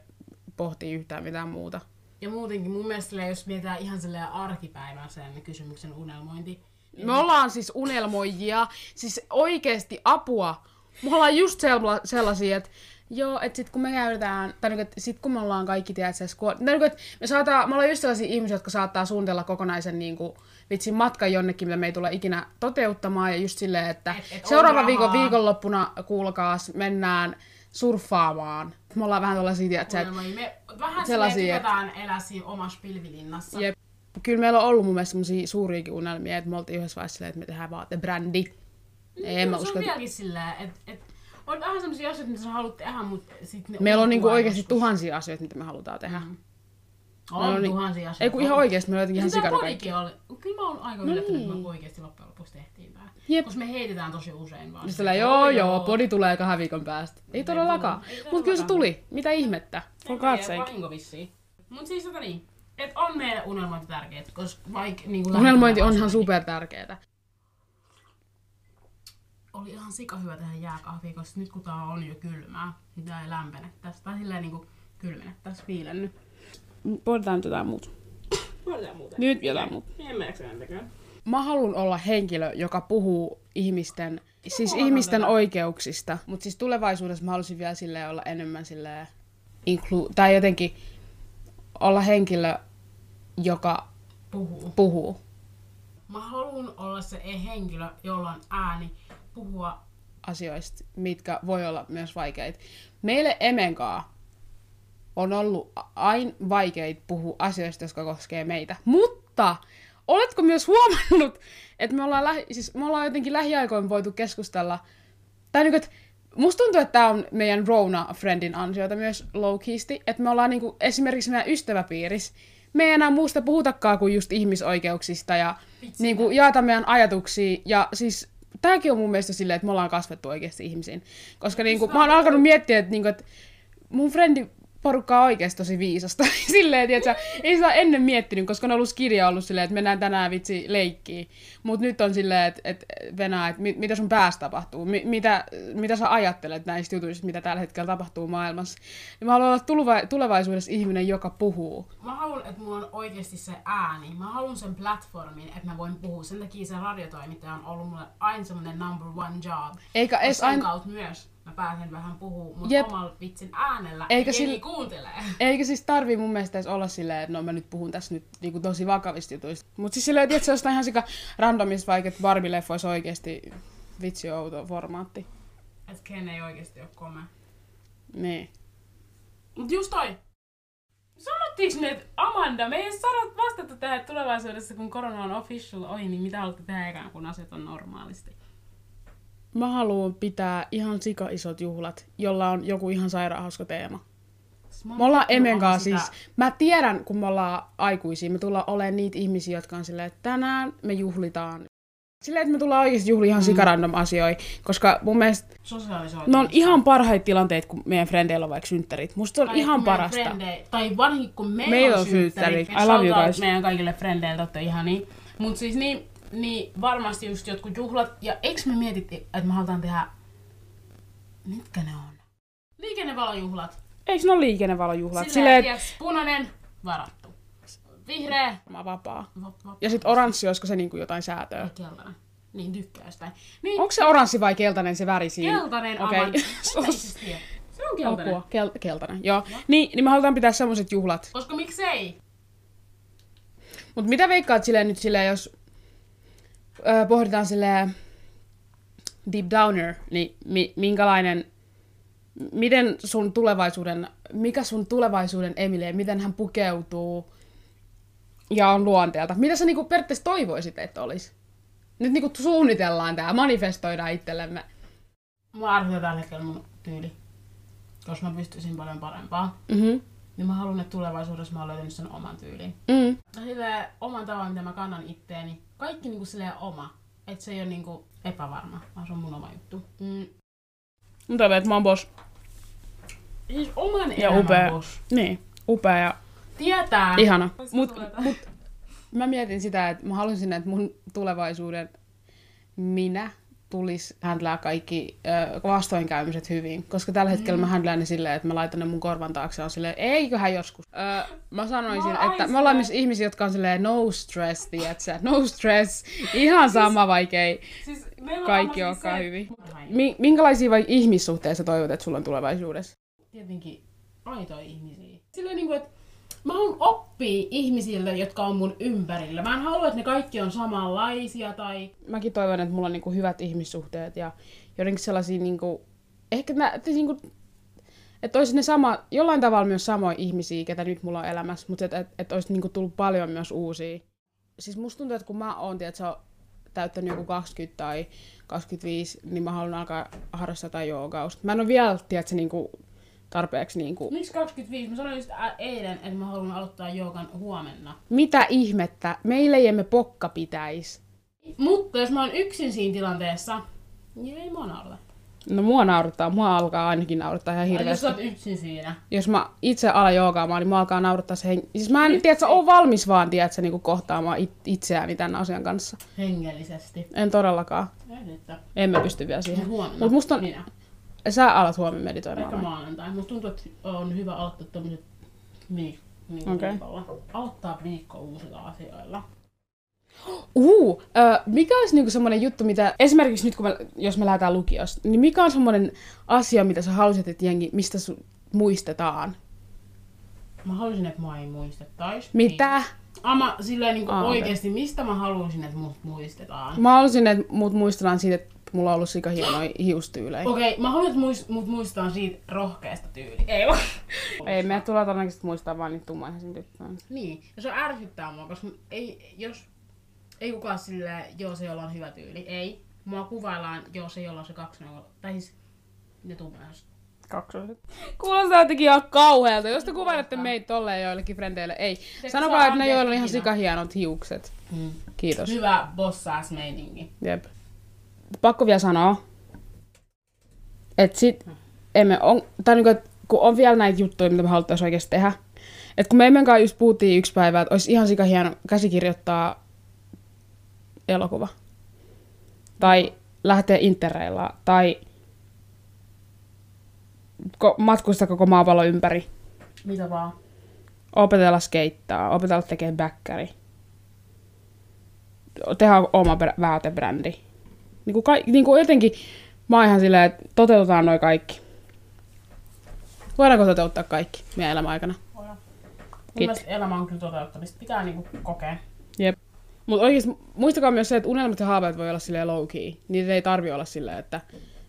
[SPEAKER 2] pohtia yhtään mitään muuta.
[SPEAKER 1] Ja muutenkin mun mielestä silleen, jos mietitään ihan silleen arkipäivän sen kysymyksen unelmointi,
[SPEAKER 2] Me ollaan siis unelmoijia, siis oikeesti apua. Me ollaan just sella- sellaisia, että joo, että sit kun me käydään, tai niinku, että sit kun me ollaan kaikki, tiedätkö, skuo- tai niinku, että me, saattaa, me ollaan just sellaisia ihmisiä, jotka saattaa suunnitella kokonaisen niinku, vitsin matkan jonnekin, mitä me ei tule ikinä toteuttamaan, ja just silleen, että
[SPEAKER 1] Et- et on
[SPEAKER 2] seuraava
[SPEAKER 1] rahaa.
[SPEAKER 2] viikon viikonloppuna, kuulkaas, mennään surffaamaan. Me ollaan vähän tällaisia, tiedätkö, että
[SPEAKER 1] unelmointi. Me vähän
[SPEAKER 2] sellaisia,
[SPEAKER 1] silleen tykätään elää siinä omassa pilvilinnassa.
[SPEAKER 2] Jep. Kyllä meillä on ollut mun mielestä semmosia suuriakin unelmia, että me oltiin yhdessä vaiheessa silleen, että me tehdään vaatebrändi. Ei, en mä
[SPEAKER 1] se
[SPEAKER 2] usko,
[SPEAKER 1] on
[SPEAKER 2] että...
[SPEAKER 1] vieläkin silleen, että et, on vähän sellaisia asioita, mitä sä haluat tehdä, mutta sit ne
[SPEAKER 2] Meillä on niinku
[SPEAKER 1] kuvailtu.
[SPEAKER 2] oikeasti tuhansia asioita, mitä me halutaan tehdä. Mm.
[SPEAKER 1] on,
[SPEAKER 2] no niin.
[SPEAKER 1] tuhansia asioita.
[SPEAKER 2] Ei kun ihan oikeasti, meillä on jotenkin ihan
[SPEAKER 1] Sitä
[SPEAKER 2] sikana kaikki.
[SPEAKER 1] podikin oli. Kyllä mä oon aika no yllättynyt, että me oikeasti loppujen lopuksi tehtiin tää.
[SPEAKER 2] Jep. Niin
[SPEAKER 1] Koska me heitetään tosi usein vaan.
[SPEAKER 2] Sillä joo joo, podi tulee kahden viikon päästä. Ei todellakaan.
[SPEAKER 1] tullut. Ei
[SPEAKER 2] Mut kyllä se
[SPEAKER 1] todellakaan.
[SPEAKER 2] tuli. Mitä ihmettä?
[SPEAKER 1] For God's sake. Vahinko vissiin. Mut siis tota niin. Et on meille unelmointi tärkeet, koska vaikka niinku
[SPEAKER 2] Unelmointi
[SPEAKER 1] lähtökohtaisesti
[SPEAKER 2] onhan super tärkeetä.
[SPEAKER 1] Oli ihan sika hyvä tehdä jääkahvia, koska nyt kun tää on jo kylmää, niin tää ei lämpene tästä. Tai silleen niinku kylmene tässä viilennyt.
[SPEAKER 3] Pohditaan nyt jotain muuta.
[SPEAKER 1] Voidaan muuten.
[SPEAKER 3] Nyt jotain muuta.
[SPEAKER 1] En mä jaksa entäkään.
[SPEAKER 2] Mä haluan olla henkilö, joka puhuu ihmisten, siis
[SPEAKER 1] huomataan
[SPEAKER 2] ihmisten
[SPEAKER 1] tätä.
[SPEAKER 2] oikeuksista. Mutta siis tulevaisuudessa mä haluaisin vielä silleen olla enemmän silleen, inclu- tai jotenkin olla henkilö, joka
[SPEAKER 1] Puhuu.
[SPEAKER 2] puhuu.
[SPEAKER 1] Mä haluan olla se e- henkilö, jolla on ääni puhua.
[SPEAKER 2] asioista, mitkä voi olla myös vaikeita. Meille Emenkaa on ollut a- aina vaikeita puhua asioista, jotka koskee meitä. Mutta oletko myös huomannut, että me ollaan, lähi- siis me ollaan jotenkin lähiaikoin voitu keskustella, tai niin kuin, että Musta tuntuu, että tämä on meidän Rona-friendin ansiota myös low-keisti, että me ollaan niinku, esimerkiksi meidän ystäväpiirissä, me ei enää muusta puhutakaan kuin just ihmisoikeuksista ja niin kuin jaeta meidän ajatuksia. Ja siis tämäkin on mun mielestä silleen, että me ollaan kasvettu oikeasti ihmisiin. Koska niin kuin, mä oon alkanut miettiä, että, niin kuin, että mun frendi porukka on oikeasti tosi viisasta. Silleen, tiiätsä, ei sitä ennen miettinyt, koska on ollut kirja ollut silleen, että mennään tänään vitsi leikkiin. Mutta nyt on silleen, että, että Venä, että mit, mitä sun päässä tapahtuu, mi, mitä, mitä sä ajattelet näistä jutuista, mitä tällä hetkellä tapahtuu maailmassa. Niin mä haluan olla tuleva- tulevaisuudessa ihminen, joka puhuu.
[SPEAKER 1] Mä haluan, että mulla on oikeasti se ääni. Mä haluan sen platformin, että mä voin puhua. Sen takia se radiotoimittaja on ollut mulle aina semmonen number one job.
[SPEAKER 2] Eikä
[SPEAKER 1] Ja
[SPEAKER 2] edes
[SPEAKER 1] sen
[SPEAKER 2] E- aina
[SPEAKER 1] kautta myös. mä pääsen vähän puhumaan mun
[SPEAKER 2] Jep.
[SPEAKER 1] omalla vitsin äänellä.
[SPEAKER 2] Eikä
[SPEAKER 1] Eikä sillä...
[SPEAKER 2] sillä-
[SPEAKER 1] kuuntelee.
[SPEAKER 2] Eikä siis tarvi mun mielestä edes olla silleen, että no mä nyt puhun tässä nyt niinku tosi vakavista jutuista. Mut siis silleen, että se on ihan sika randomista vaikka, että Barbie-leffa olisi oikeesti vitsi outo formaatti.
[SPEAKER 1] Et Ken ei oikeesti oo komea.
[SPEAKER 2] Niin.
[SPEAKER 1] Mut just toi. Sanottiinko ne, että Amanda, me ei saada vastata tähän että tulevaisuudessa, kun korona on official ohi, niin mitä haluatte tehdä ekään, kun asiat on normaalisti?
[SPEAKER 2] Mä haluan pitää ihan sika isot juhlat, jolla on joku ihan sairaan hauska teema. Me ollaan
[SPEAKER 1] No,
[SPEAKER 2] Emen kanssa siis, mä tiedän kun me ollaan aikuisia, me tullaan olemaan niitä ihmisiä, jotka on silleen, että tänään me juhlitaan. Silleen, että me tullaan oikeasti juhliin
[SPEAKER 1] Mm.
[SPEAKER 2] ihan sikarandom asioita, koska mun mielestä
[SPEAKER 1] Sosiaalisoitu.
[SPEAKER 2] ne No on ihan parhaita tilanteet, kun meidän frendeillä on vaikka synttärit. Musta se on
[SPEAKER 1] Tai
[SPEAKER 2] ihan
[SPEAKER 1] kun meidän
[SPEAKER 2] parasta.
[SPEAKER 1] frendei- tai varsinkin kun meillä,
[SPEAKER 2] Meillä
[SPEAKER 1] on
[SPEAKER 2] on
[SPEAKER 1] synttärit.
[SPEAKER 2] synttärit. I love you
[SPEAKER 1] Shoutout
[SPEAKER 2] guys.
[SPEAKER 1] Meidän kaikille frendeille olette ihan niin. Mut siis niin, niin varmasti just jotkut juhlat. Ja eiks me mietittiin, että me halutaan tehdä... Mitkä ne on? Liikennevalojuhlat.
[SPEAKER 2] Eikö ne ole liikennevalojuhlat?
[SPEAKER 1] Silleen,
[SPEAKER 2] Silleen,
[SPEAKER 1] että punainen varattu. Vihreä.
[SPEAKER 2] että vapaa.
[SPEAKER 1] Vap, vap,
[SPEAKER 2] Ja sitten oranssi, olisiko se niinku jotain säätöä?
[SPEAKER 1] keltainen. Niin tykkää sitä. Niin,
[SPEAKER 2] Onko se oranssi vai keltainen se väri siinä?
[SPEAKER 1] keltainen
[SPEAKER 2] Okei.
[SPEAKER 1] okay. Siis Se on keltainen.
[SPEAKER 2] Apua. Kel- keltainen, joo. Niin, niin me halutaan pitää semmoset juhlat.
[SPEAKER 1] Koska miksei?
[SPEAKER 2] Mutta mitä veikkaat silleen nyt silleen, jos öö, pohditaan silleen deep downer, niin mi- minkälainen, m- miten sun tulevaisuuden, mikä sun tulevaisuuden Emilie, miten hän pukeutuu ja on luonteelta? Mitä sä niinku periaatteessa toivoisit, että olisi? Nyt niinku suunnitellaan tää, manifestoidaan itsellemme.
[SPEAKER 1] Mä arvioin tällä hetkellä mun tyyli. Koska mä pystyisin paljon parempaa.
[SPEAKER 2] Mm-hmm.
[SPEAKER 1] Niin mä haluan, että tulevaisuudessa mä oon löytänyt sen oman tyylin.
[SPEAKER 2] Mm.
[SPEAKER 1] No silleen oman tavan, mitä mä kannan itteeni. Kaikki niinku silleen oma. Et se ei ole niinku epävarma, vaan se on mun oma juttu. Mm.
[SPEAKER 2] Mutta että mä oon boss.
[SPEAKER 1] Siis oman
[SPEAKER 2] Ja
[SPEAKER 1] elämän
[SPEAKER 2] upea.
[SPEAKER 1] boss.
[SPEAKER 2] Niin, upea ja
[SPEAKER 1] Tietää.
[SPEAKER 2] ihana.
[SPEAKER 1] Koska
[SPEAKER 2] Mut,
[SPEAKER 1] tulee-
[SPEAKER 2] mut mä mietin sitä, että mä haluaisin, että mun tulevaisuuden minä tulisi handlaa kaikki ö, vastoinkäymiset hyvin. Koska tällä
[SPEAKER 1] Mm.
[SPEAKER 2] hetkellä mä handlaan ne silleen, että mä laitan ne mun korvan taakse ja on silleen, eiköhän joskus. Ö, mä sanoisin,
[SPEAKER 1] Mä oon
[SPEAKER 2] että
[SPEAKER 1] aina
[SPEAKER 2] me ollaan
[SPEAKER 1] silleen-
[SPEAKER 2] myös ihmisiä, jotka on silleen no stress, tiedätkö? No stress. Ihan sama vaikei.
[SPEAKER 1] Siis meillä on
[SPEAKER 2] Kaikki
[SPEAKER 1] varmasti
[SPEAKER 2] olkaa
[SPEAKER 1] se-
[SPEAKER 2] hyvin.
[SPEAKER 1] Parhain.
[SPEAKER 2] Mi- minkälaisia vai ihmissuhteita toivot, että sulla on tulevaisuudessa?
[SPEAKER 1] tietenkin aitoja ihmisiä. Sillä niin kuin, että mä haluan oppia ihmisille, jotka on mun ympärillä. Mä en halua, että ne kaikki on samanlaisia tai...
[SPEAKER 2] mäkin toivon, että mulla on niinku hyvät ihmissuhteet ja jotenkin sellaisia, niinku, ehkä mä, että niinku, että olisi ne sama, jollain tavalla myös samoja ihmisiä, ketä nyt mulla on elämässä, mutta että et, et olisi niinku tullut paljon myös uusia. Siis musta tuntuu, että kun mä oon tiedätkö, täyttänyt joku 20 tai 25, niin mä haluan alkaa harrastaa jotain joogausta. Mä en ole vielä, tiedätkö, niinku, tarpeeksi niinku,
[SPEAKER 1] Miksi 25? Mä sanoin just ä- eilen, että mä haluan aloittaa joogan huomenna.
[SPEAKER 2] mitä ihmettä, meille ei emme pokka pitäisi.
[SPEAKER 1] Mutta jos mä oon yksin siinä tilanteessa, niin ei mua naurata.
[SPEAKER 2] No mua naurattaa, mua alkaa ainakin naurattaa ihan
[SPEAKER 1] Tai Jos
[SPEAKER 2] hirveästi.
[SPEAKER 1] sä oot yksin siinä.
[SPEAKER 2] jos mä itse alan joogaamaan, niin mä alkaa naurattaa se hen... Siis mä en, tiedätkö, ole valmis vaan, tiedätkö, niin kohtaamaan it- itseäni tämän asian kanssa.
[SPEAKER 1] Hengellisesti.
[SPEAKER 2] En todellakaan.
[SPEAKER 1] Ei nyt.
[SPEAKER 2] Emme pysty vielä siihen.
[SPEAKER 1] Huomenna.
[SPEAKER 2] Mut musta on...
[SPEAKER 1] Minä.
[SPEAKER 2] Sä alat huomenna
[SPEAKER 1] Ehkä
[SPEAKER 2] meditoimaan. vai?
[SPEAKER 1] maanantai. Musta tuntuu, että on hyvä aloittaa tämmöset viik- niinku
[SPEAKER 2] Okei.
[SPEAKER 1] viikolla. Aloittaa viikko uusilla asioilla.
[SPEAKER 2] Uhu, ö, mikä olisi niinku semmoinen juttu, mitä esimerkiksi nyt, kun mä, jos me lähdetään lukiosta, niin mikä on semmoinen asia, mitä sä haluaisit, että jengi, mistä sun muistetaan?
[SPEAKER 1] Mä haluaisin, että mua ei muistettaisi. Niin.
[SPEAKER 2] Mitä?
[SPEAKER 1] Ama silleen niinku
[SPEAKER 2] Aa, okei.
[SPEAKER 1] oikeesti, mistä mä haluaisin, että mut muistetaan?
[SPEAKER 2] Mä haluaisin, että mut muistellaan siitä, että mulla on ollut sika hienoja hiustyylejä.
[SPEAKER 1] Okei, okay, mä haluan, että muist, mut muistetaan siitä rohkeasta tyyliä. Ei vaan.
[SPEAKER 2] Ei, me tulee todennäköisesti muistaa vaan niitä tummaihaisen tyttöjä.
[SPEAKER 1] Niin, ja se ärsyttää mua, koska ei, jos, ei kukaan silleen, joo se jolla on hyvä tyyli. Ei. Mua kuvaillaan, joo se jolla on se kaksi neuvoa. Tai siis ne tummeus.
[SPEAKER 2] Kaksoset. Kuulostaa jotenkin ihan kauhealta. Jos te kuvailette meitä tolleen joillekin frendeille, ei. Sano
[SPEAKER 1] saa
[SPEAKER 2] vaan, että ne
[SPEAKER 1] anteeksi
[SPEAKER 2] joilla on ihan
[SPEAKER 1] ikinä.
[SPEAKER 2] sikahienot hiukset.
[SPEAKER 1] Mm.
[SPEAKER 2] Kiitos.
[SPEAKER 1] Hyvä bossaas meininki.
[SPEAKER 2] Jep. Pakko vielä sanoa, että sit emme on, tai niinku, et kun on vielä näitä juttuja, mitä me haluttaisiin oikeasti tehdä. Et kun me emme kanssa just puhuttiin yksi päivä, että olisi ihan sikahieno käsikirjoittaa elokuva. Tai lähteä interreilla, tai ko- matkustaa koko maapallon ympäri.
[SPEAKER 1] Mitä vaan.
[SPEAKER 2] Opetella skeittaa, opetella tekemään bäkkäri. Tehdä oma brä- vaatebrändi. Niin kuin, ka- niin kuin Niinku jotenkin Mä oon ihan silleen, että toteutetaan noi kaikki. Voidaanko toteuttaa kaikki meidän elämän aikana?
[SPEAKER 1] Mun mielestä elämä on kyllä toteuttamista. Pitää niinku kokea.
[SPEAKER 2] Jep. Mutta oikeasti muistakaa myös se, että unelmat ja haaveet voi olla silleen low key. Niitä ei tarvi olla silleen, että,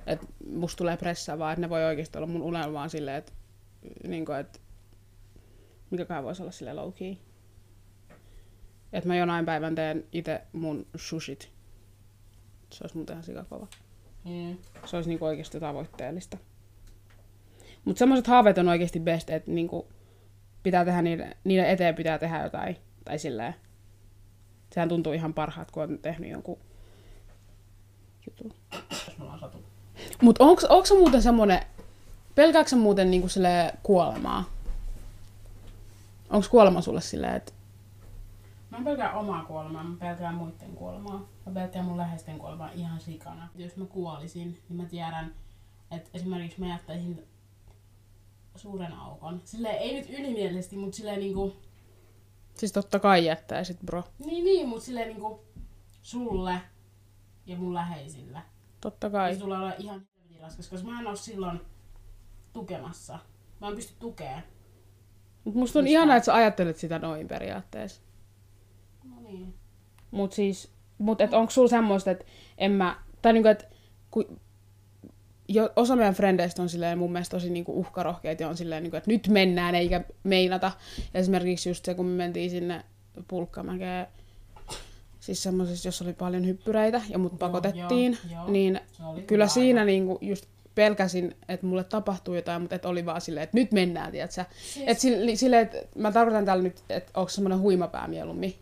[SPEAKER 2] että musta tulee pressaa, vaan että ne voi oikeasti olla mun unelmaan silleen, että, niin kuin, että mikäkään voisi olla silleen low key. Että mä jonain päivän teen itse mun sushit. Se olisi muuten ihan sikakova.
[SPEAKER 1] Mm.
[SPEAKER 2] Se olisi niinku oikeasti tavoitteellista. Mutta semmoiset haaveet on oikeasti best, että niinku pitää tehdä niiden, niiden eteen pitää tehdä jotain. Tai silleen. Sehän tuntuu ihan parhaat, kun on tehnyt jonkun jutun.
[SPEAKER 1] Jos mulla on satu.
[SPEAKER 2] Mutta onko onko muuten semmoinen, pelkääkö sä muuten niinku sille kuolemaa? Onko kuolema sulle silleen, että
[SPEAKER 1] Mä en pelkää omaa kuolemaa, mä pelkään muiden kuolemaa. Mä pelkään mun läheisten kuolemaa ihan sikana. Jos mä kuolisin, niin mä tiedän, että esimerkiksi mä jättäisin suuren aukon. Silleen ei nyt ylimielisesti, mutta silleen niinku...
[SPEAKER 2] siis totta kai jättäisit bro.
[SPEAKER 1] Niin niin, mutta silleen niinku sulle ja mun läheisille.
[SPEAKER 2] Totta
[SPEAKER 1] Ai.
[SPEAKER 2] kai.
[SPEAKER 1] Se tulee olla ihan helvetin raskas, koska mä en oo silloin tukemassa. Mä en pysty tukeen.
[SPEAKER 2] Mut musta on ihanaa, että sä ajattelet sitä noin periaatteessa.
[SPEAKER 1] No niin.
[SPEAKER 2] Mut siis, mut et onko sulla semmoista, että en mä, tai niinku, että ku, jo, osa meidän frendeistä on silleen mun mielestä tosi niinku uhkarohkeita ja on silleen, niinku, että nyt mennään eikä meinata. Ja esimerkiksi just se, kun me mentiin sinne pulkkamäkeen, siis semmoisessa, jossa oli paljon hyppyreitä ja mut pakotettiin,
[SPEAKER 1] joo, joo.
[SPEAKER 2] niin
[SPEAKER 1] Se oli
[SPEAKER 2] kyllä
[SPEAKER 1] hyvä
[SPEAKER 2] siinä niinku just pelkäsin, että mulle tapahtuu jotain, mutta et oli vaan silleen, että nyt mennään, tiedätkö?
[SPEAKER 1] Siis-
[SPEAKER 2] Et sille, sille, että mä tarkoitan täällä nyt, että onko semmoinen huimapää mieluummin.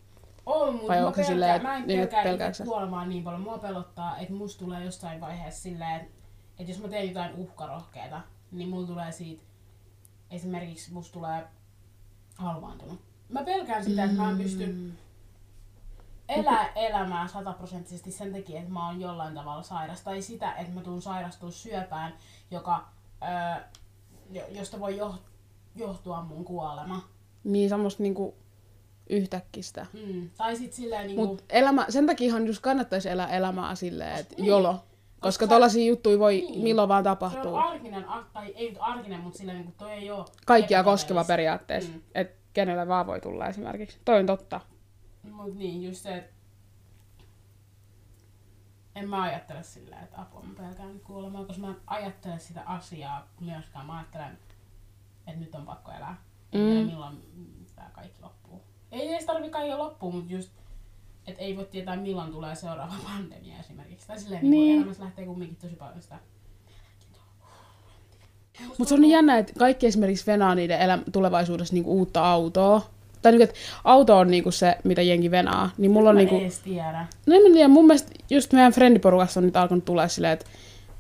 [SPEAKER 1] On, mutta
[SPEAKER 2] Vai
[SPEAKER 1] mä,
[SPEAKER 2] onko se
[SPEAKER 1] pelkään,
[SPEAKER 2] silleen,
[SPEAKER 1] mä en
[SPEAKER 2] niin, että
[SPEAKER 1] pelkää
[SPEAKER 2] pelkääkö
[SPEAKER 1] itse
[SPEAKER 2] sä?
[SPEAKER 1] kuolemaan niin paljon. Mua pelottaa, että musta tulee jossain vaiheessa silleen, että, että jos mä teen jotain uhkarohkeeta, niin mulla tulee siitä, esimerkiksi musta tulee halvaantunut. Mä pelkään sitä, että mä en
[SPEAKER 2] Mm.
[SPEAKER 1] pysty elää elämää sataprosenttisesti sen takia, että mä oon jollain tavalla sairas. Tai sitä, että mä tuun sairastua syöpään, joka, öö, jo- josta voi joht- johtua mun kuolema.
[SPEAKER 2] Niin semmoista niinku yhtäkkistä.
[SPEAKER 1] Mm. Tai sit silleen niinku...
[SPEAKER 2] Mut elämä, sen takia ihan just kannattaisi elää elämää silleen, että
[SPEAKER 1] Niin.
[SPEAKER 2] jolo. Koska tollasia juttuja voi
[SPEAKER 1] Niin.
[SPEAKER 2] milloin vaan
[SPEAKER 1] Se
[SPEAKER 2] tapahtuu.
[SPEAKER 1] on arkinen, ar- tai ei nyt arkinen, mutta silleen, kun toi ei ole...
[SPEAKER 2] Kaikkia koskeva periaatteessa.
[SPEAKER 1] Mm.
[SPEAKER 2] Mm. Että kenelle vaan voi tulla esimerkiksi. Toi on totta.
[SPEAKER 1] Mut niin, just se, että en mä ajattele sillä, että apua mä pelkään kuolemaa, koska mä en ajattele sitä asiaa myöskään. Mä ajattelen, että nyt on pakko elää. Mm. Ja
[SPEAKER 2] Mm.
[SPEAKER 1] milloin tämä kaikki loppuu. Ei edes tarvi kaiken loppua, mutta just, että ei voi tietää milloin tulee seuraava pandemia esimerkiksi. Tai silleen, niin.
[SPEAKER 2] Niin.
[SPEAKER 1] niin elämässä lähtee kumminkin tosi paljon sitä.
[SPEAKER 2] Mutta se on niin jännä, että kaikki esimerkiksi venaa niiden elä- tulevaisuudessa niinku uutta autoa. Tai niinku, että auto on niinku se, mitä jengi venaa. Niin mulla on
[SPEAKER 1] Mä
[SPEAKER 2] niinku...
[SPEAKER 1] en edes tiedä.
[SPEAKER 2] No en mä tiedä, mun mielestä just meidän frendiporukassa on nyt alkanut tulla silleen, että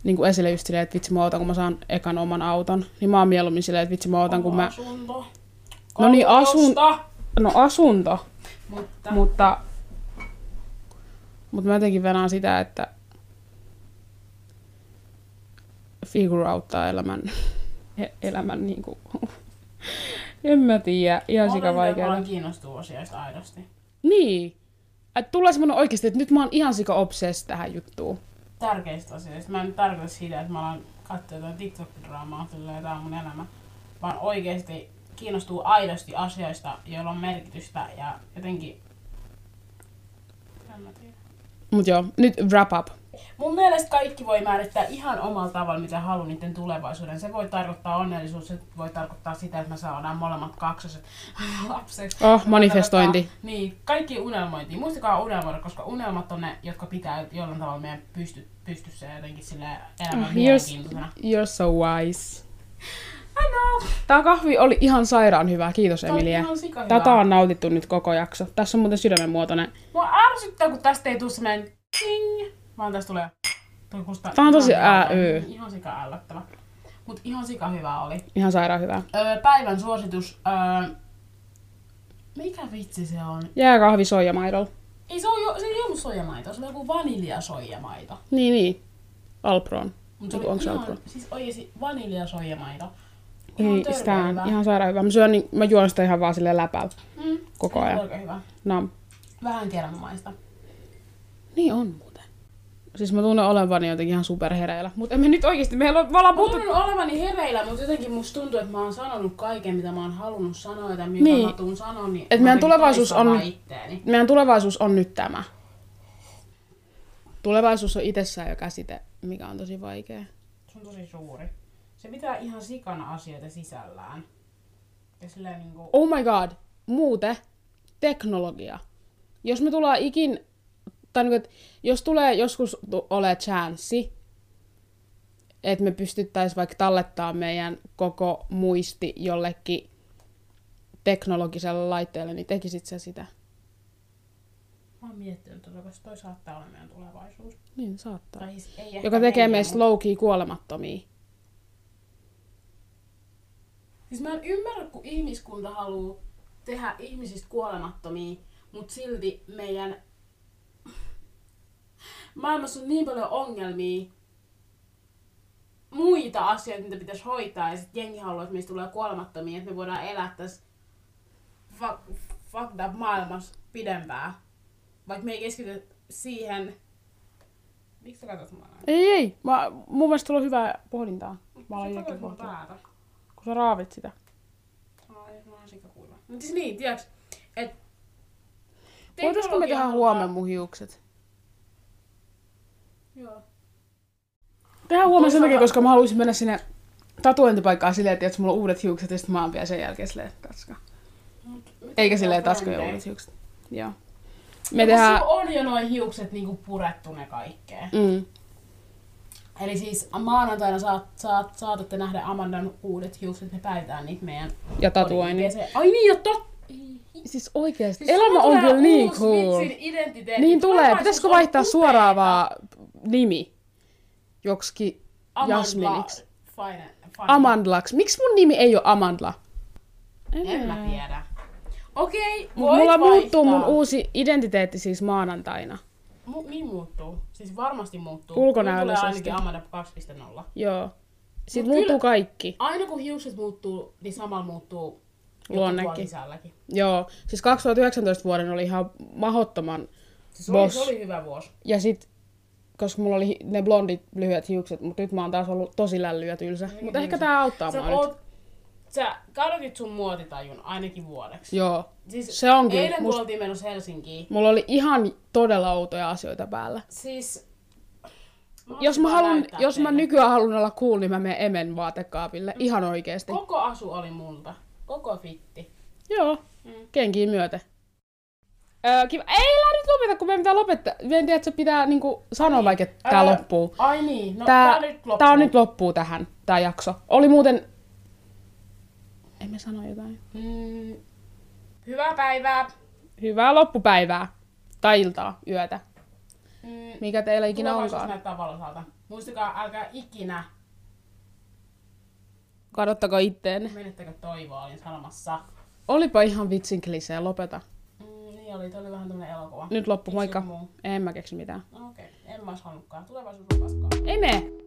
[SPEAKER 2] niin kuin esille just silleen, että vitsi mä ootan, kun mä saan ekan oman auton. Niin mä oon mieluummin silleen, että vitsi mä ootan, kun mä...
[SPEAKER 1] Asunto.
[SPEAKER 2] No niin, asun-
[SPEAKER 1] Koulutusta.
[SPEAKER 2] No asunto,
[SPEAKER 1] Mutta Mut.
[SPEAKER 2] mutta... Mutta mä jotenkin venaan sitä, että figure outtaa elämän, e- elämän niinku... en mä tiedä, ihan sika vaikeaa.
[SPEAKER 1] paljon kiinnostuu asioista aidosti.
[SPEAKER 2] Niin. Että tulee semmonen oikeesti, että nyt mä oon ihan sika obsess tähän juttuun.
[SPEAKER 1] Tärkeistä asioista. Mä en nyt tarkoita sitä, että mä alan katsoa jotain TikTok-draamaa, silleen tää on mun elämä. Vaan oikeesti kiinnostuu aidosti asioista, joilla on merkitystä ja jotenkin... En mä tiedä.
[SPEAKER 2] Mut joo, nyt wrap up.
[SPEAKER 1] Mun mielestä kaikki voi määrittää ihan omalla tavalla, mitä haluaa niiden tulevaisuuden. Se voi tarkoittaa onnellisuus, se voi tarkoittaa sitä, että me saadaan molemmat kaksoset lapset.
[SPEAKER 2] Oh,
[SPEAKER 1] Se voi
[SPEAKER 2] manifestointi.
[SPEAKER 1] tarkoittaa- Niin, kaikki unelmointi. Muistakaa unelmoida, koska unelmat on ne, jotka pitää jollain tavalla meidän pysty, pystyssä ja jotenkin sillä elämän
[SPEAKER 2] Ah,
[SPEAKER 1] mielenkiintoisena.
[SPEAKER 2] You're so wise.
[SPEAKER 1] I know!
[SPEAKER 2] Tää kahvi oli ihan sairaan hyvä. Kiitos
[SPEAKER 1] Tää oli
[SPEAKER 2] Emilia.
[SPEAKER 1] ihan sikahyvä.
[SPEAKER 2] Tätä on nautittu nyt koko jakso. Tässä on muuten sydämen muotoinen.
[SPEAKER 1] Mua ärsyttää, kun tästä ei tule semmoinen ting, vaan tästä tulee... Toi kuulostaa
[SPEAKER 2] Tää on tosi
[SPEAKER 1] ihan hyvältä.
[SPEAKER 2] ää-öö.
[SPEAKER 1] Ihan sika ällättävä. Mut ihan sika hyvä oli.
[SPEAKER 2] Ihan sairaan hyvä.
[SPEAKER 1] Öö, päivän suositus. Öö, mikä vitsi se on?
[SPEAKER 2] Jääkahvi soijamaidolla.
[SPEAKER 1] Ei se, on jo, se ei ollut soijamaito, se oli joku vaniljasoijamaito.
[SPEAKER 2] Niin, niin. Alpron.
[SPEAKER 1] Mut
[SPEAKER 2] Eiku, onks se Alpron?
[SPEAKER 1] siis oikeesti vaniljasoijamaito. Ihan
[SPEAKER 2] Ei, sitä on
[SPEAKER 1] törkeä hyvä.
[SPEAKER 2] ihan sairaan hyvä. Mä, syön, niin, mä juon sitä ihan vaan silleen läpällä
[SPEAKER 1] Mm,
[SPEAKER 2] koko ajan.
[SPEAKER 1] Oikein hyvä.
[SPEAKER 2] No,
[SPEAKER 1] Vähän kermamaista.
[SPEAKER 2] niin on muuten. Siis mä tunnen olevani jotenkin ihan superhereillä. Mutta emme nyt oikeesti, meillä on, me ollaan
[SPEAKER 1] Mä
[SPEAKER 2] puhuttu...
[SPEAKER 1] tunnen olevani hereillä, mutta jotenkin musta tuntuu, että mä oon sanonut kaiken, mitä mä oon halunnut sanoa ja mitä
[SPEAKER 2] Niin.
[SPEAKER 1] mä tuun sanoa, niin
[SPEAKER 2] Et
[SPEAKER 1] mä
[SPEAKER 2] meidän
[SPEAKER 1] jotenkin
[SPEAKER 2] tulevaisuus
[SPEAKER 1] toistan
[SPEAKER 2] on-
[SPEAKER 1] vaan Itteeni.
[SPEAKER 2] Meidän tulevaisuus on nyt tämä. Tulevaisuus on itsessään jo käsite, mikä on tosi vaikea.
[SPEAKER 1] Se on tosi suuri. Se pitää ihan sikana asioita sisällään. Ja silleen niinku...
[SPEAKER 2] Oh my god, muuten teknologia. Jos me tullaan ikin, tai niin kuin, jos tulee joskus tu- ole chanssi, että me pystyttäisiin vaikka tallettaa meidän koko muisti jollekin teknologisella laitteella, niin tekisit sä sitä?
[SPEAKER 1] Mä oon miettinyt tätä, koska toi saattaa olla meidän tulevaisuus.
[SPEAKER 2] Niin, saattaa.
[SPEAKER 1] Tai siis ei ehkä
[SPEAKER 2] Joka tekee
[SPEAKER 1] meidän,
[SPEAKER 2] meistä
[SPEAKER 1] mut-
[SPEAKER 2] loukii kuolemattomia.
[SPEAKER 1] Siis mä en ymmärrä, kun ihmiskunta haluaa tehdä ihmisistä kuolemattomia, mutta silti meidän maailmassa on niin paljon ongelmia, muita asioita, mitä pitäisi hoitaa, ja sitten jengi haluaa, että meistä tulee kuolemattomia, että me voidaan elää tässä fuck, fucked up maailmassa pidempään. Vaikka me ei keskitytä siihen... Miksi sä katsot mua näin?
[SPEAKER 2] Ei, ei. Mä, mun mielestä sulla on hyvää pohdintaa. Mä
[SPEAKER 1] Sä
[SPEAKER 2] aloin
[SPEAKER 1] katsot
[SPEAKER 2] jotenkin
[SPEAKER 1] mun
[SPEAKER 2] pohtia.
[SPEAKER 1] päätä.
[SPEAKER 2] Kun sä raavit sitä.
[SPEAKER 1] Ai, mä oon sikakuiva. Mut siis niin, tiiäks, et...
[SPEAKER 2] Voitaisko me
[SPEAKER 1] teknologia
[SPEAKER 2] tehdä
[SPEAKER 1] halutaan-
[SPEAKER 2] huomenna mun hiukset?
[SPEAKER 1] Joo.
[SPEAKER 2] Tehdään huomenna sen takia,
[SPEAKER 1] Toisaalta-
[SPEAKER 2] koska mä haluaisin mennä sinne tatuointipaikkaan silleen, että mulla on uudet hiukset ja sitten mä oon vielä sen jälkeen silleen taska.
[SPEAKER 1] Mut miten
[SPEAKER 2] Eikä
[SPEAKER 1] se
[SPEAKER 2] silleen
[SPEAKER 1] on
[SPEAKER 2] taska ja
[SPEAKER 1] trendejä?
[SPEAKER 2] uudet hiukset. Joo. Me
[SPEAKER 1] Me tehdään...
[SPEAKER 2] tehdään...
[SPEAKER 1] No, Sulla on jo noin hiukset niinku purettu ne kaikkeen.
[SPEAKER 2] Mm.
[SPEAKER 1] Eli siis maanantaina saat, saat, saatatte nähdä Amandan uudet hiukset, me päivitään niitä meidän...
[SPEAKER 2] Ja tatuoinnin.
[SPEAKER 1] podin- Ai niin, ja tot...
[SPEAKER 2] Siis oikeesti.
[SPEAKER 1] Siis
[SPEAKER 2] Elämä
[SPEAKER 1] sulla
[SPEAKER 2] on
[SPEAKER 1] tulee
[SPEAKER 2] kyllä niin
[SPEAKER 1] uusi
[SPEAKER 2] cool.
[SPEAKER 1] vitsin identiteetti.
[SPEAKER 2] Niin tulee.
[SPEAKER 1] Tulevaisuus
[SPEAKER 2] Pitäisikö
[SPEAKER 1] on
[SPEAKER 2] vaihtaa
[SPEAKER 1] siis upeeta.
[SPEAKER 2] suoraan vaan nimi? Joksikin
[SPEAKER 1] Amanda
[SPEAKER 2] Jasminiksi.
[SPEAKER 1] Fine, fine.
[SPEAKER 2] Amandlax. Miksi mun nimi ei ole Amandla?
[SPEAKER 1] En mä tiedä. Okei,
[SPEAKER 2] Mut
[SPEAKER 1] voit
[SPEAKER 2] mulla muuttuu mun
[SPEAKER 1] vaihtaa.
[SPEAKER 2] uusi identiteetti siis maanantaina.
[SPEAKER 1] Mu- niin muuttuu. Siis varmasti muuttuu.
[SPEAKER 2] Ulkonäöllisesti.
[SPEAKER 1] Mulla Tulee ainakin Amanda 2.0.
[SPEAKER 2] Joo. Sitten
[SPEAKER 1] Mut
[SPEAKER 2] muuttuu
[SPEAKER 1] kyllä-
[SPEAKER 2] kaikki.
[SPEAKER 1] Aina kun hiukset muuttuu, niin samalla muuttuu joku
[SPEAKER 2] Luonnekin.
[SPEAKER 1] tuolla sisälläkin.
[SPEAKER 2] Joo. Siis 2019 vuoden oli ihan mahottoman.
[SPEAKER 1] Siis se, oli,
[SPEAKER 2] Boss.
[SPEAKER 1] se oli hyvä vuosi.
[SPEAKER 2] Ja sit, koska mulla oli hi- ne blondit lyhyet hiukset, mutta nyt mä oon taas ollut tosi lälly ja tylsä.
[SPEAKER 1] Niin,
[SPEAKER 2] Mutta ehkä tää auttaa
[SPEAKER 1] Sä,
[SPEAKER 2] mua nyt.
[SPEAKER 1] oot, sä kadotit sun muotitajun ainakin vuodeksi.
[SPEAKER 2] Joo.
[SPEAKER 1] Siis
[SPEAKER 2] Se on kyllä.
[SPEAKER 1] Eilen kun
[SPEAKER 2] Must-
[SPEAKER 1] oltiin menossa Helsinkiin,
[SPEAKER 2] Mulla oli ihan todella outoja asioita päällä.
[SPEAKER 1] siis...
[SPEAKER 2] Jos mä,
[SPEAKER 1] haluan
[SPEAKER 2] haluan,
[SPEAKER 1] näyttää
[SPEAKER 2] jos mä
[SPEAKER 1] teille. Mm.
[SPEAKER 2] nykyään haluan olla cool, niin mä menen Emen vaatekaapille. Ihan oikeesti.
[SPEAKER 1] Koko asu oli multa. Koko fitti.
[SPEAKER 2] Joo,
[SPEAKER 1] Mm.
[SPEAKER 2] kenkiä myöten. Öö, kiva. Ei, älä nyt lopeta, kun meidän pitää lopettaa. Meidän tiedä, että se pitää niinku, sanoa vaikka, että tää
[SPEAKER 1] Niin, Älä-
[SPEAKER 2] loppuu.
[SPEAKER 1] Ai niin, no
[SPEAKER 2] Tää,
[SPEAKER 1] tää, nyt loppuu.
[SPEAKER 2] tää on nyt loppuu tähän, tää jakso. Oli muuten... Ei me sano jotain.
[SPEAKER 1] Mm, hyvää päivää.
[SPEAKER 2] Hyvää loppupäivää. Tai iltaa, yötä.
[SPEAKER 1] Mm,
[SPEAKER 2] Mikä teillä ikinä
[SPEAKER 1] Tulevaisuus
[SPEAKER 2] onkaan.
[SPEAKER 1] näyttää valoisalta. Muistakaa, älkää ikinä
[SPEAKER 2] Kadottako itteenne.
[SPEAKER 1] menettäkö toivoa, olin sanomassa.
[SPEAKER 2] Olipa ihan vitsin klisee, lopeta.
[SPEAKER 1] Mm, niin oli, toi oli vähän tämmönen elokuva.
[SPEAKER 2] Nyt loppu,
[SPEAKER 1] Keksi
[SPEAKER 2] moikka.
[SPEAKER 1] joku muu.
[SPEAKER 2] En mä keksi mitään.
[SPEAKER 1] No Okei, okay. en mä olisi halunnutkaan. Tulevaisuus on paskaa.
[SPEAKER 2] Ei mene!